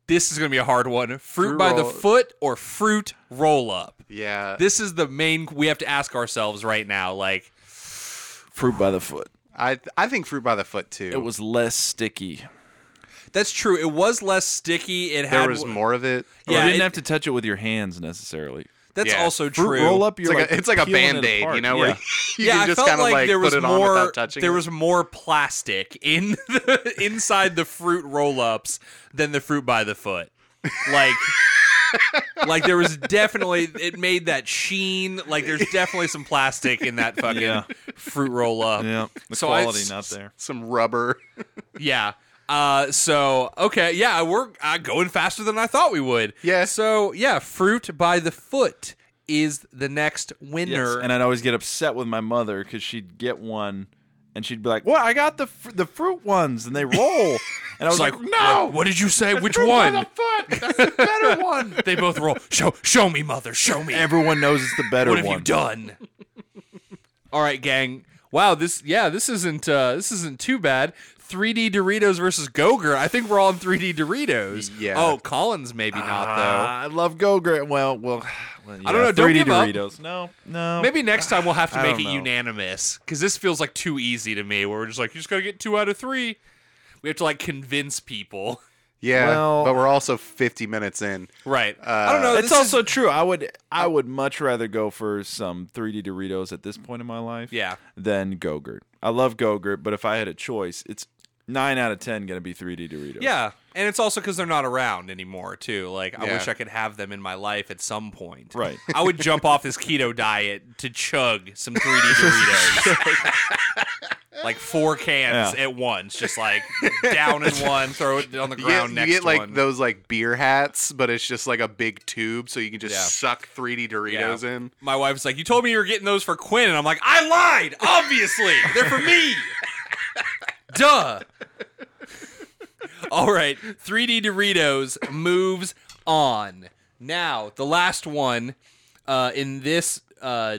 S1: this is going to be a hard one: fruit,
S3: Fruit
S1: by the
S3: roll-
S1: foot or fruit roll up.
S3: Yeah.
S1: This is the main we have to ask ourselves right now. Like,
S2: Fruit by the foot.
S3: I I think fruit by the foot too.
S2: It was less sticky.
S1: That's true. It was less sticky. It had
S3: there was more of it.
S1: Yeah,
S2: you didn't
S1: it-
S2: have to touch it with your hands necessarily.
S1: That's
S3: yeah.
S1: also
S2: Fruit
S1: true.
S2: roll up,
S3: It's
S2: you're
S3: like, a, it's like a
S2: peeling it
S3: band aid, you
S2: apart.
S3: know,
S2: Yeah.
S3: where you
S1: yeah,
S3: can
S1: I
S3: just
S1: felt
S3: kind of
S1: like,
S3: like,
S1: there was
S3: put it on
S1: more.
S3: without touching.
S1: there
S3: it.
S1: was more plastic in the inside the fruit roll ups than the fruit by the foot. Like, like there was definitely it made that sheen. Like there's definitely some plastic in that fucking
S2: Yeah.
S1: fruit roll up.
S2: Yeah, the
S1: So I-
S2: quality not there.
S3: some rubber.
S1: Yeah. Uh, so okay, yeah, we're uh, going faster than I thought we would.
S3: Yeah.
S1: So yeah, fruit by the foot is the next winner.
S2: Yes, And I'd always get upset with my mother because she'd get one and she'd be like, "Well, I got the fr- the fruit ones, and they roll." And I was
S1: It's
S2: like,
S1: like,
S2: "No,
S1: What, what did you say? Which
S2: fruit by
S1: one?
S2: the foot. That's the better one."
S1: They both roll. Show, show me, mother. Show me.
S2: Everyone knows it's the better
S1: what have
S2: one.
S1: you done?
S4: All right, gang. Wow, this yeah, this isn't uh this isn't too bad. 3D Doritos versus Gogurt. I think we're all on 3D Doritos.
S3: Yeah.
S4: Oh, Collins maybe not though.
S2: Ah, I love Go Grit. Well, well, well, yeah,
S4: don't know, don't
S2: 3D
S4: give up.
S2: Doritos. No, no.
S4: Maybe next time we'll have to
S2: I
S4: make it
S2: don't know.
S4: unanimous because this feels like too easy to me. Where we're just like, you just gotta get two out of three. We have to like convince people,
S3: Yeah,
S2: Well-
S3: but we're also 50 minutes in.
S4: right?
S1: I don't know.
S2: It's
S1: Oh, this is- Oh.
S2: also true. I would I would much rather go for some 3D Doritos at this point in my life.
S4: Yeah.
S2: Than Go-Gurt. I love Go-Gurt, but if I had a choice, it's nine out of ten gonna be 3D Doritos.
S1: yeah, and it's also because they're not around anymore too. Like I
S3: Yeah.
S1: wish I could have them in my life at some point.
S2: Right.
S1: I would jump off this keto diet to chug some 3D Doritos. like four cans
S2: Yeah.
S1: at once, just like down in one, throw it on the
S3: You get,
S1: ground
S3: you
S1: next
S3: get like
S1: one.
S3: those like beer hats, but it's just like a big tube, so you can just
S1: Yeah.
S3: suck 3D Doritos
S1: Yeah.
S3: in.
S1: My wife's like, "You told me you were getting those for Quinn," and I'm like, "I lied. Obviously, they're for me. Duh." All right, 3D Doritos moves on. Now, the last one uh, in this uh,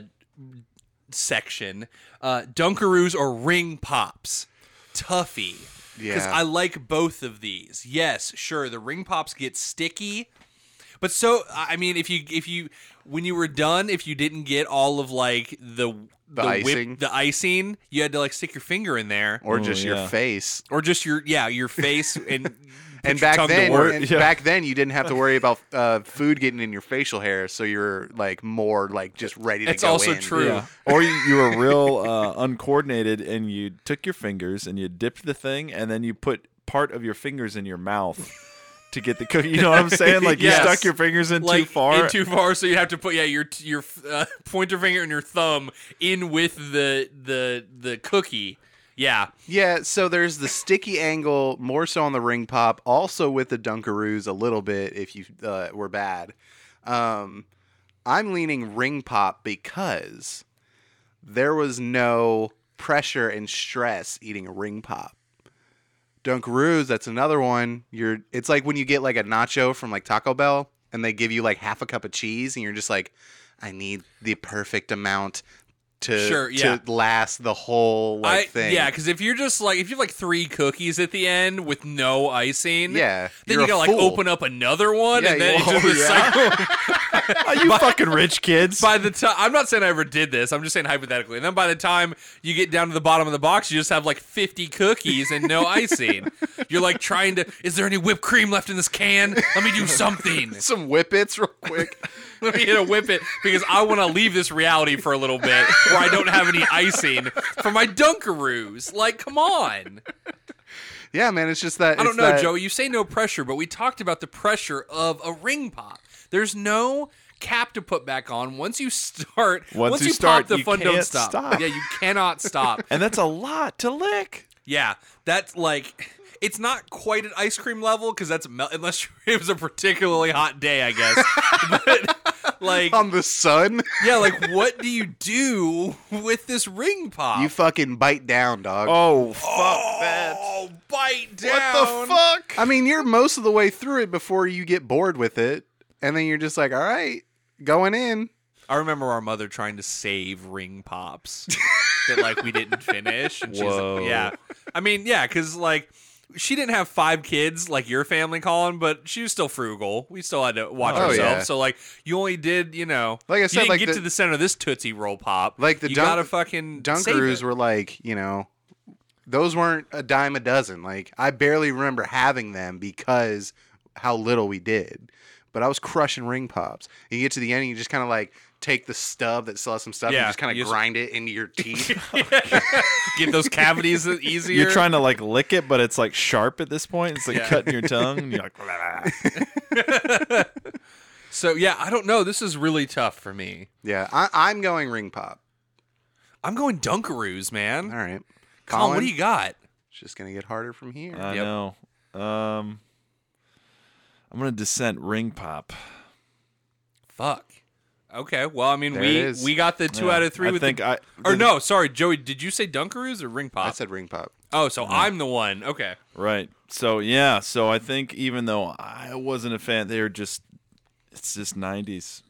S1: section: uh, Dunkaroos or Ring Pops. Tuffy. Because
S3: Yeah.
S1: I like both of these. Yes, sure. The Ring Pops get sticky. But so I I mean, if you if you when you were done, if you didn't get all of like the
S3: The icing.
S1: the icing, you had to like stick your finger in there, or,
S3: Or
S2: Ooh,
S3: just
S2: yeah.
S3: your face.
S1: just your yeah your face and put your
S3: and back
S1: tongue to
S3: then,
S1: work.
S3: and
S2: yeah.
S3: back then, you didn't have to worry about uh, food getting in your facial hair, so you're like more like just ready to
S1: That's
S3: go
S1: also
S3: in.
S1: true.
S2: Yeah. or you, you were real uh, uncoordinated and you took your fingers and you dipped the thing and then you put part of your fingers in your mouth to get the cookie. You know what I'm saying? Like
S1: Yes.
S2: you stuck your fingers in
S1: like
S2: too far.
S1: in too far, so you have to put yeah your your uh, pointer finger and your thumb in with the the the cookie. Yeah,
S3: Yeah, so there's the sticky angle, more so on the ring pop, also with the Dunkaroos a little bit if you uh, were bad. Um, I'm leaning ring pop because there was no pressure and stress eating a ring pop. Dunkaroos, that's another one. You're it's like when you get like a nacho from like Taco Bell and they give you like half a cup of cheese and you're just like, I need the perfect amount to
S1: Sure, yeah.
S3: to last the whole like
S1: I-
S3: thing.
S1: yeah, because if you're just like if you have like three cookies at the end with no icing,
S3: Yeah.
S1: then
S3: you're
S1: you
S3: a
S1: gotta like
S3: fool.
S1: open up another one,
S3: Yeah,
S1: and then
S3: you-
S1: it's just a cycle.
S2: Are you fucking rich kids?
S1: by the time I'm not saying I ever did this. I'm just saying hypothetically. And then by the time you get down to the bottom of the box, you just have like 50 cookies and no icing. You're like trying to. Is there any whipped cream left in this can? Let me do something.
S3: some whippets real quick.
S1: Let me hit a whip it because I want to leave this reality for a little bit where I don't have any icing for my Dunkaroos. Like, come on.
S3: yeah, man, it's just that
S1: I don't
S3: it's
S1: know,
S3: that-
S1: Joey. You say no pressure, but we talked about the pressure of a ring pop. There's no cap to put back on once you start.
S2: Once you
S1: you,
S2: start,
S1: pop, the
S2: you
S1: fun don't
S2: can't
S1: stop.
S2: stop.
S1: Yeah, you cannot stop.
S2: and that's a lot to lick.
S1: yeah, that's like it's not quite at ice cream level because that's mel- unless it was a particularly hot day, I guess. but like,
S2: Um,
S3: on the sun.
S1: yeah, like what do you do with this ring pop?
S3: You fucking bite down, dog.
S2: Oh fuck
S1: oh, bite down.
S2: What the fuck?
S3: I mean, you're most of the way through it before you get bored with it, and then you're just like, all right, going in.
S1: I remember our mother trying to save ring pops that like we didn't finish. And
S2: Whoa.
S1: She's, yeah. I mean, yeah, because like she didn't have five kids like your family, Colin, but she was still frugal. We still had to watch
S3: Oh,
S1: ourselves.
S3: yeah.
S1: So like you only did, you know,
S3: Like I
S1: you
S3: said,
S1: didn't
S3: like
S1: get
S3: the-
S1: to the center of this tootsie roll pop.
S3: Like the
S1: you
S3: Dunk-
S1: gotta fucking
S3: Dunkaroos were like, you know, those weren't a dime a dozen. Like I barely remember having them because how little we did. But I was crushing ring pops. And you get to the end, and you just kind of like take the stub that still has some stuff,
S1: Yeah,
S3: and just kind
S1: you
S3: of
S1: just-
S3: grind it into your teeth.
S1: get those cavities e-, easier.
S2: You're trying to like lick it, but it's like sharp at this point. It's like
S1: Yeah.
S2: cutting your tongue. And you're like, "Blah, blah, blah."
S1: so yeah, I don't know. This is really tough for me.
S3: yeah, I, I'm going ring pop.
S1: I'm going Dunkaroos, man.
S3: All right,
S1: Colin,
S3: Colin,
S1: what do you Uh, got?
S3: just gonna get harder from here.
S2: I
S1: Yep.
S2: know. Um, I'm gonna dissent ring pop.
S1: Fuck. Okay. Well, I mean,
S3: There
S1: we
S3: it is.
S1: we got the two
S2: Yeah.
S1: out of three
S2: I
S1: with
S2: think
S1: the.
S2: I
S1: or no, sorry, Joey. Did you say Dunkaroos or Ring Pop?
S3: I said ring pop.
S1: oh, so I'm the one. Okay.
S2: Right. So yeah. So I think even though I wasn't a fan, they were just it's just '90s,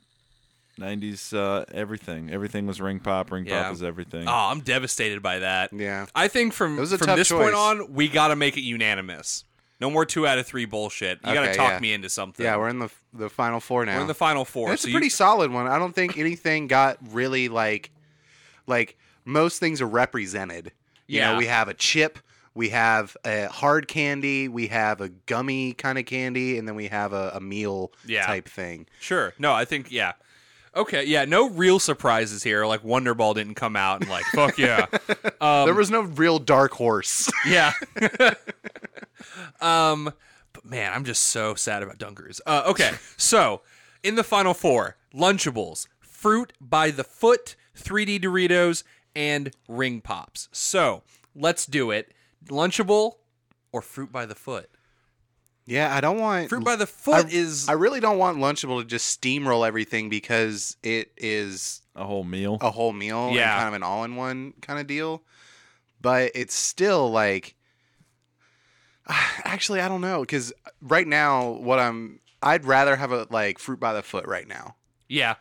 S2: '90s uh, everything. Everything was ring pop. Ring
S1: Yeah.
S2: pop was everything.
S1: Oh, I'm devastated by that.
S3: Yeah.
S1: I think from
S3: It was a
S1: from
S3: tough
S1: this
S3: choice.
S1: point on, we got to make it unanimous. No more two out of three bullshit. You got to
S3: Okay,
S1: talk
S3: yeah.
S1: me into something.
S3: Yeah, we're in the the final four now.
S1: We're in the final four.
S3: That's
S1: so
S3: a
S1: you-
S3: pretty solid one. I don't think anything got really like like most things are represented. You
S1: Yeah.
S3: know, we have a chip, we have a hard candy, we have a gummy kind of candy, and then we have a, a meal
S1: Yeah.
S3: type thing.
S1: Sure. No, I think yeah. Okay, yeah, no real surprises here. Like Wonderball didn't come out and like, fuck yeah. Um,
S3: there was no real dark horse.
S1: Yeah. um but man, I'm just so sad about Dunkers. Uh okay. So, in the final four, Lunchables, fruit by the foot, 3D Doritos, and ring pops. So, let's do it. Lunchable or fruit by the foot?
S3: yeah, I don't want
S1: Fruit by the foot
S3: I-
S1: is
S3: I really don't want Lunchable to just steamroll everything because it is
S2: A whole meal.
S3: a whole meal and
S1: Yeah.
S3: kind of an all in one kind of deal. But it's still like, actually, I don't know. Cause right now, what I'm, I'd rather have a like fruit by the foot right now
S1: yeah.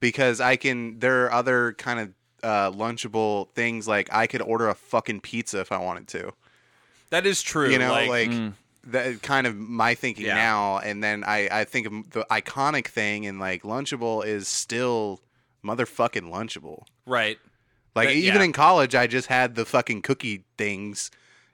S3: because I can, there are other kind of uh, lunchable things. Like I could order a fucking pizza if I wanted to,
S1: That is true.
S3: you know,
S1: like, mm.
S3: like, that kind of my thinking
S1: Yeah.
S3: now. And then I, I think of the iconic thing and like lunchable is still motherfucking lunchable.
S1: right.
S3: Like
S1: But,
S3: even
S1: yeah.
S3: in college, I just had the fucking cookie things,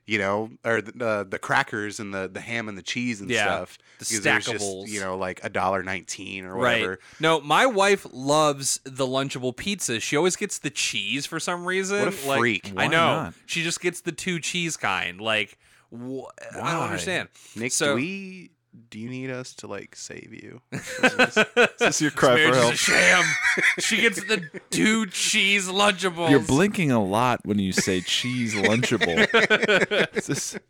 S3: you know, or the uh, the crackers and the the ham and the cheese and
S1: Yeah.
S3: stuff.
S1: The
S3: because it was
S1: stackables.
S3: you know, like a dollar nineteen or whatever.
S1: No, my wife loves the Lunchable pizza. She always gets the cheese for some reason.
S3: What a
S1: Like,
S3: freak.
S1: I
S2: Why
S1: know.
S2: not?
S1: She just gets the two cheese kind. Like, wh- I don't
S2: Why?
S1: understand.
S3: Nick,
S1: so,
S3: do we? Do you need us to like save you?
S2: That's your cry for
S1: marriage is a sham.
S2: help.
S1: she gets the two cheese Lunchables.
S2: You're blinking a lot when you say cheese lunchable. It's just-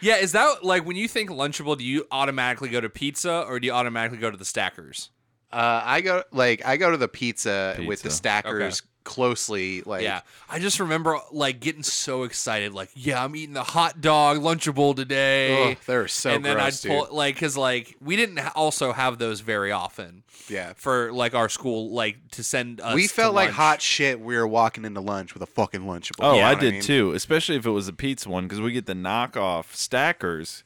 S1: yeah, is that like when you think Lunchable, do you automatically go to pizza or do you automatically go to the Stackers?
S3: Uh, I go like I go to the pizza, with the
S2: Pizza.
S3: stackers closely. Like
S1: yeah, I just remember like getting so excited, like, yeah, I'm eating the hot dog Lunchable today.
S3: ugh, they're so
S1: and then
S3: gross,
S1: I'd pull
S3: dude.
S1: like because like we didn't ha- also have those very often
S3: Yeah.
S1: for like our school like to send us.
S3: We
S1: to
S3: felt like
S1: lunch.
S3: hot shit. We were walking into lunch with a fucking lunchable.
S2: oh,
S3: You know
S2: I
S3: what
S2: did
S3: mean?
S2: too. Especially if it was a pizza one because we get the knockoff stackers.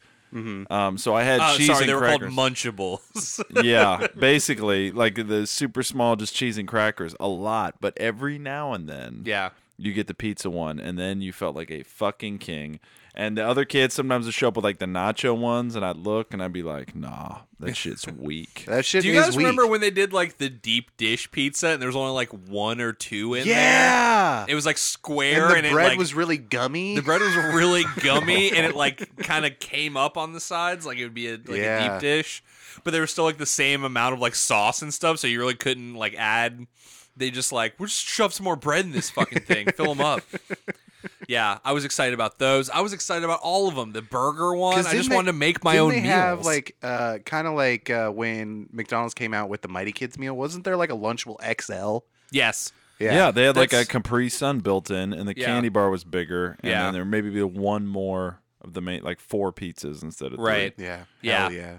S2: Um, so I had
S1: Uh,
S2: cheese
S1: sorry,
S2: and
S1: they were
S2: crackers.
S1: called munchables.
S2: yeah, basically, like the super small, just cheese and crackers, a lot. But every now and then,
S1: yeah,
S2: you get the pizza one, and then you felt like a fucking king. And the other kids sometimes would show up with like the nacho ones, and I'd look and I'd be like, nah, that shit's weak.
S3: That shit
S1: do you
S3: is
S1: guys
S3: weak.
S1: remember when they did like the deep dish pizza and there was only like one or two in there?
S3: Yeah.
S1: it was like square
S3: and
S1: and,
S3: the
S1: it,
S3: bread
S1: like,
S3: was really gummy.
S1: the bread was really gummy and it like kind of came up on the sides like it would be a, like a
S3: Yeah.
S1: deep dish, but there was still like the same amount of like sauce and stuff, so you really couldn't like add. They just like we'll just shove some more bread in this fucking thing, fill them up. Yeah, I was excited about those. I was excited about all of them. The burger one,
S3: 'Cause
S1: I
S3: didn't
S1: just
S3: they-
S1: wanted to make my
S3: Didn't
S1: own
S3: they
S1: meals.
S3: have like uh, kind of like uh, when McDonald's came out with the Mighty Kids meal? Wasn't there like a Lunchable XL?
S1: yes,
S2: Yeah, they had like a
S1: That's-
S2: Capri Sun built in, and the
S1: Yeah.
S2: candy bar was bigger. And
S1: Yeah.
S2: then there maybe be one more of the main, like four pizzas instead of three.
S1: Right.
S3: yeah,
S1: Yeah.
S3: Hell yeah.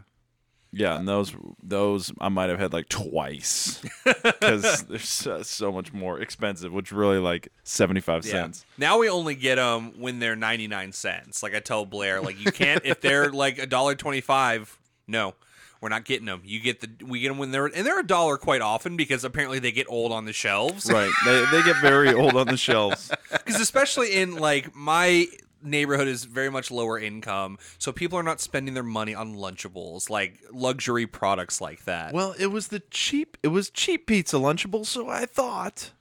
S2: Yeah, and those those I might have had like twice because they're so, so much more expensive, which really like seventy five
S1: Yeah.
S2: cents.
S1: Now we only get them when they're ninety nine cents. Like I tell Blair, like you can't if they're like a dollar twenty five. No, we're not getting them. You get the we get them when they're and they're a dollar quite often because apparently they get old on the shelves.
S2: Right, they they get very old on the shelves.
S1: Because especially in like my neighborhood is very much lower income, so people are not spending their money on Lunchables like luxury products like that.
S2: Well, it was the cheap. It was cheap pizza lunchable, so I thought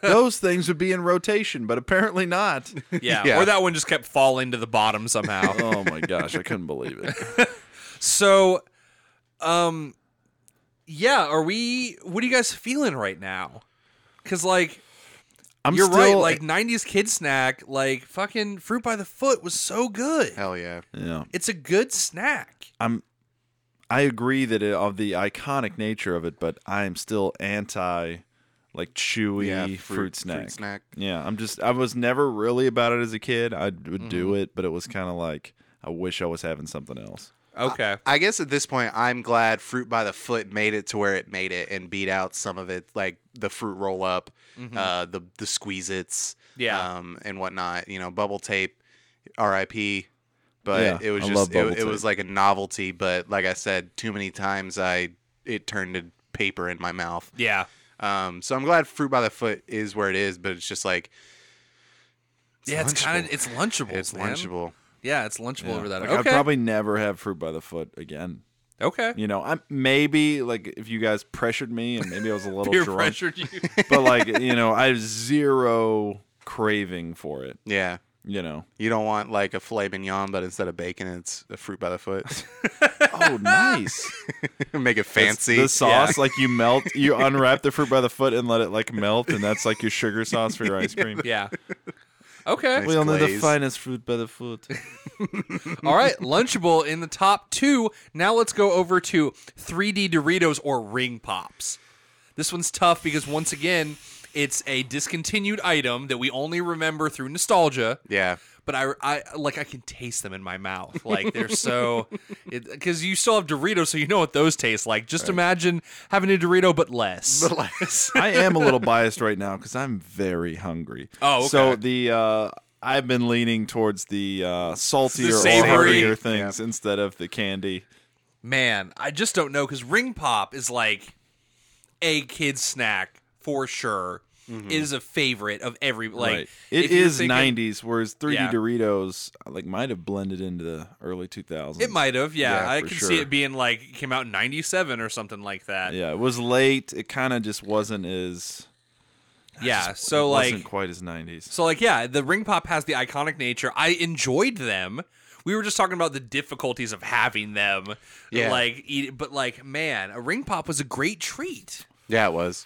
S2: those things would be in rotation, but apparently not.
S1: yeah.
S3: yeah.
S1: or that one just kept falling to the bottom somehow.
S2: oh my gosh, I couldn't believe it.
S1: So, um, yeah, are we? What are you guys feeling right now? Because like,
S2: I'm
S1: You're
S2: still,
S1: right. Like '90s kid snack, like fucking fruit by the foot was so good.
S3: Hell yeah.
S2: yeah,
S1: It's a good snack.
S2: I'm. I agree that it, of the iconic nature of it, but I am still anti, like chewy
S3: Yeah.
S2: fruit, snack.
S3: Fruit snack.
S2: Yeah, I'm just. I was never really about it as a kid. I would do
S1: Mm-hmm.
S2: it, but it was kind of like I wish I was having something else.
S1: Okay.
S3: I guess at this point, I'm glad Fruit by the Foot made it to where it made it and beat out some of it, like the fruit roll up, uh, the the squeeze its,
S1: Yeah.
S3: um, and whatnot. You know, bubble tape, R.I.P. But
S2: Yeah,
S3: it was
S2: I
S3: just
S2: love
S3: it,
S2: Bubble
S3: it was
S2: Tape.
S3: like a novelty. But like I said, too many times I it turned to paper in my mouth.
S1: Yeah.
S3: Um, so I'm glad Fruit by the Foot is where it is. But it's just like
S1: yeah. It's kind
S3: lunchable.
S1: of it's lunchable.
S3: it's lunchable.
S1: Yeah, it's lunchable
S2: Yeah.
S1: over that.
S2: Like, I'd
S1: okay.
S2: probably never have fruit by the foot again.
S1: okay.
S2: You know, I maybe like if you guys pressured me and maybe I was a little
S1: Peer
S2: drunk,
S1: pressured you.
S2: but like you know, I have zero craving for it.
S3: Yeah.
S2: You know,
S3: You don't want like a filet mignon, but instead of bacon, it's a fruit by the foot.
S2: oh nice,
S3: Make
S2: That's-
S3: it fancy.
S2: the sauce like you melt, you unwrap the fruit by the foot and let it like melt, and that's like your sugar sauce for your ice cream.
S1: yeah. Okay.
S3: Nice.
S2: We only the
S3: glaze.
S2: finest fruit by the foot.
S1: All right. Lunchable in the top two. Now let's go over to 3D Doritos or Ring Pops. This one's tough because once again, it's a discontinued item that we only remember through nostalgia.
S3: Yeah.
S1: But I, I like I can taste them in my mouth. Like they're so, because you still have Doritos, so you know what those taste like. Just imagine having a Dorito but less.
S3: less.
S2: I am a little biased right now because I'm very hungry.
S1: Oh, okay.
S2: so the uh, I've been leaning towards the uh, saltier,
S1: The
S2: or
S1: savory.
S2: heartier things instead of the candy.
S1: Man, I just don't know because Ring Pop is like a kid's snack for sure. It is a favorite of every like
S2: right. it
S1: if you're
S2: is
S1: thinking-
S2: '90s, whereas 3D
S1: Yeah.
S2: Doritos like might have blended into the early 2000s.
S1: It might have, yeah.
S2: Yeah,
S1: I
S2: for
S1: can
S2: sure.
S1: see it being like it came out in '97 or something like that. Yeah.
S2: Yeah, it was late. It kind of just wasn't as
S1: so
S2: it
S1: like,
S2: wasn't quite as '90s.
S1: so like, yeah. The Ring Pop has the iconic nature. I enjoyed them. We were just talking about the difficulties of having them.
S3: Yeah.
S1: Like, eat, but like, man, a Ring Pop was a great treat.
S3: yeah, it was.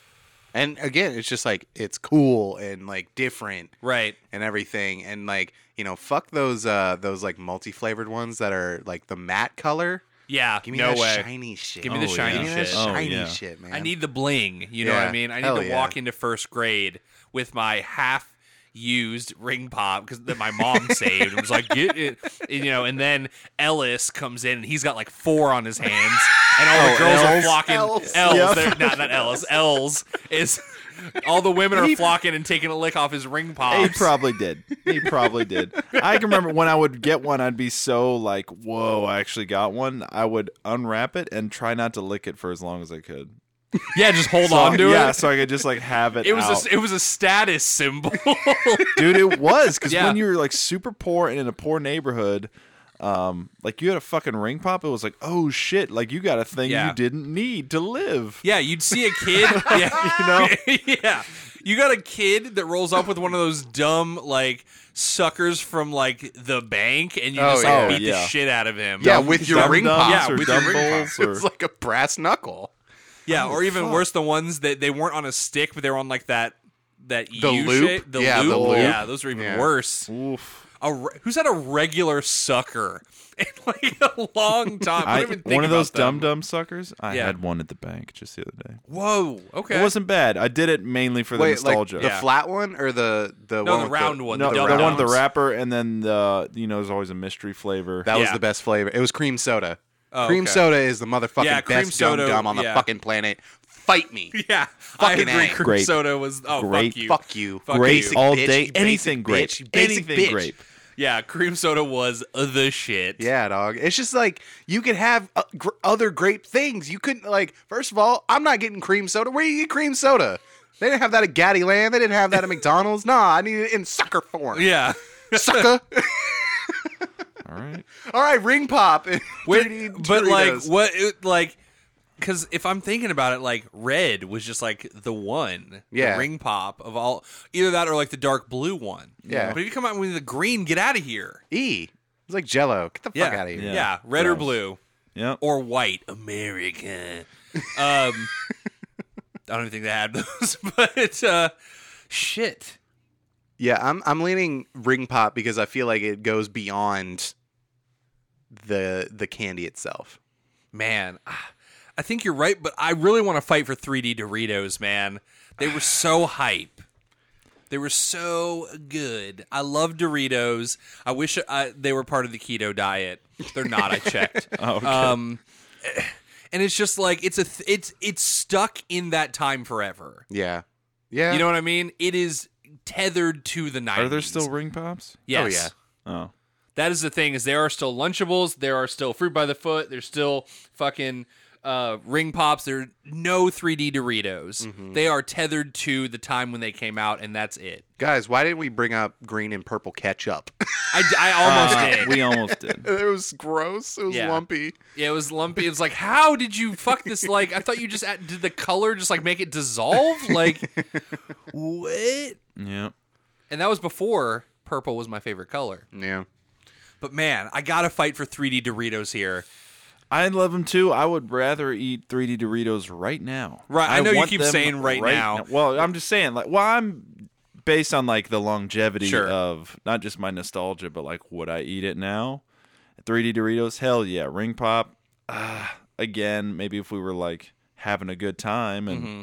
S3: And again, it's just like it's cool and like different
S1: Right.
S3: and everything. And like, you know, fuck those uh those like multi flavored ones that are like the matte color.
S1: Yeah.
S3: Give me
S1: no
S3: that
S1: way.
S3: shiny shit.
S1: Give me the
S2: Oh,
S1: shiny
S3: Give me that
S1: shit.
S2: Oh,
S3: shiny
S2: yeah.
S3: shit, man.
S1: I need the bling. You know what
S3: Yeah,
S1: I mean? I
S3: hell
S1: need to
S3: yeah.
S1: walk into first grade with my half used ring pop because that my mom saved and was like get it and, you know and then ellis comes in and he's got like four on his hands and all the
S2: Oh,
S1: girls are
S2: Ells.
S1: flocking
S3: Ells.
S1: ells,
S2: Yep.
S1: they're not not ellis ells is all the women are flocking and taking a lick off his ring
S2: He
S1: pops
S2: probably did. He probably did. I can remember when I would get one, I'd be so like, "Whoa, I actually got one." I would unwrap it and try not to lick it for as long as I could.
S1: yeah just hold
S2: So-
S1: on to
S2: yeah,
S1: it
S2: so I could just like have it.
S1: it was
S2: out.
S1: a, it was a status symbol
S2: dude. It was because
S1: Yeah.
S2: when you were like super poor and in a poor neighborhood, um, like you had a fucking ring pop. It was like, oh shit, like you got a thing
S1: Yeah.
S2: you didn't need to live.
S1: Yeah, you'd see a kid. Yeah, you know. yeah, you got a kid that rolls up with one of those dumb like suckers from like the bank, and you
S3: Oh,
S1: just like
S2: yeah.
S1: beat
S2: Oh, yeah.
S1: the shit out of him.
S3: yeah, with your ring
S2: Dum-dums
S3: pops.
S1: Yeah,
S2: or
S1: with your
S2: dumb
S1: ring
S2: bowls or
S3: it's like a brass knuckle.
S1: yeah, or even worse, the ones that they weren't on a stick, but they were on like that that
S3: The
S1: U
S3: loop?
S1: shape- the,
S3: Yeah, the
S1: loop.
S3: loop.
S1: yeah, those are even
S3: Yeah.
S1: worse.
S2: Oof.
S1: A re- who's had a regular sucker in like a long time? I,
S2: I,
S1: don't even think
S2: one of
S1: about
S2: those
S1: them.
S2: dum dum suckers. I
S1: Yeah.
S2: had one at the bank just the other day.
S1: Whoa. Okay.
S2: It wasn't bad. I did it mainly for the
S3: Wait,
S2: nostalgia.
S3: like the flat one or the the
S1: no,
S3: one
S1: the
S3: with
S1: round one.
S2: no,
S1: the
S2: the,
S1: dumb
S2: one with the
S1: dums.
S2: wrapper, and then the you know, there's always a mystery flavor.
S3: That was
S1: Yeah.
S3: the best flavor. It was cream soda.
S1: Oh,
S3: cream
S1: okay.
S3: soda is the motherfucking
S1: Yeah, cream
S3: best dumb
S1: soda,
S3: dumb on the
S1: yeah.
S3: fucking planet. Fight me.
S1: Yeah,
S3: Fucking
S1: I agree.
S3: A.
S1: Cream
S2: Grape.
S1: soda was oh
S2: Grape.
S1: fuck you.
S3: Fuck you.
S1: Fuck
S2: grape
S1: you.
S2: all
S3: Basic bitch,
S2: day.
S3: you
S2: anything
S3: basic
S2: grape.
S3: bitch, basic
S2: anything
S3: bitch.
S2: grape.
S1: Yeah, cream soda was the shit.
S3: Yeah, dog. It's just like you could have uh, gr- other great things. You couldn't like. First of all, I'm not getting cream soda. Where you get cream soda? They didn't have that at Gaddy Land. They didn't have that at McDonald's. Nah, I need it in sucker form.
S1: Yeah.
S3: Sucker.
S2: All right.
S3: all right, ring pop.
S1: Wait,
S3: 3D
S1: but like
S3: Doritos.
S1: what it, like cuz if I'm thinking about it like red was just like the one the
S3: Yeah.
S1: ring pop of all either that or like the dark blue one.
S3: Yeah.
S1: But if you come out with the green, get out of here.
S3: E. It's like Jello. Get the
S1: Yeah.
S3: fuck out of here.
S1: Yeah,
S2: Yeah.
S1: red or
S2: Gross.
S1: blue
S2: Yep.
S1: or white America. Um I don't even think they had those, but uh shit.
S3: Yeah, I'm I'm leaning ring pop because I feel like it goes beyond the the candy itself.
S1: Man, ah, I think you're right, but I really want to fight for 3D Doritos, man. They were so hype. They were so good. I love Doritos. I wish I, they were part of the keto diet. They're not. I checked.
S2: Oh,
S1: Um, and it's just like it's a th- it's it's stuck in that time forever.
S3: Yeah. Yeah.
S1: You know what I mean? It is tethered to the 90s.
S2: Are there still oh, ring pops?
S1: Yes.
S3: yeah.
S2: Oh,
S1: That is the thing is there are still Lunchables, there are still Fruit by the Foot, there's still fucking uh, Ring Pops. There are no 3D Doritos. They are tethered to the time when they came out, and that's it.
S3: Guys, why didn't we bring up green and purple ketchup?
S1: I, I almost
S2: Uh,
S1: did.
S2: we almost did.
S3: it was gross. It was
S1: Yeah.
S3: lumpy.
S1: Yeah, it was lumpy. It was like, how did you fuck this? Like, I thought you just add- did the color just like make it dissolve. Like, what?
S2: Yeah.
S1: And that was before purple was my favorite color.
S3: Yeah.
S1: But man, I gotta fight for 3D Doritos here.
S2: I love them too. I would rather eat 3D Doritos right now.
S1: Right, I know you
S2: want
S1: keep
S2: them
S1: saying right now.
S2: Well, I'm just saying like well, I'm based on like the longevity
S1: Sure.
S2: of not just my nostalgia, but like would I eat it now? 3D Doritos, hell yeah. Ring pop, ah, again, maybe if we were like having a good time and
S1: Mm-hmm.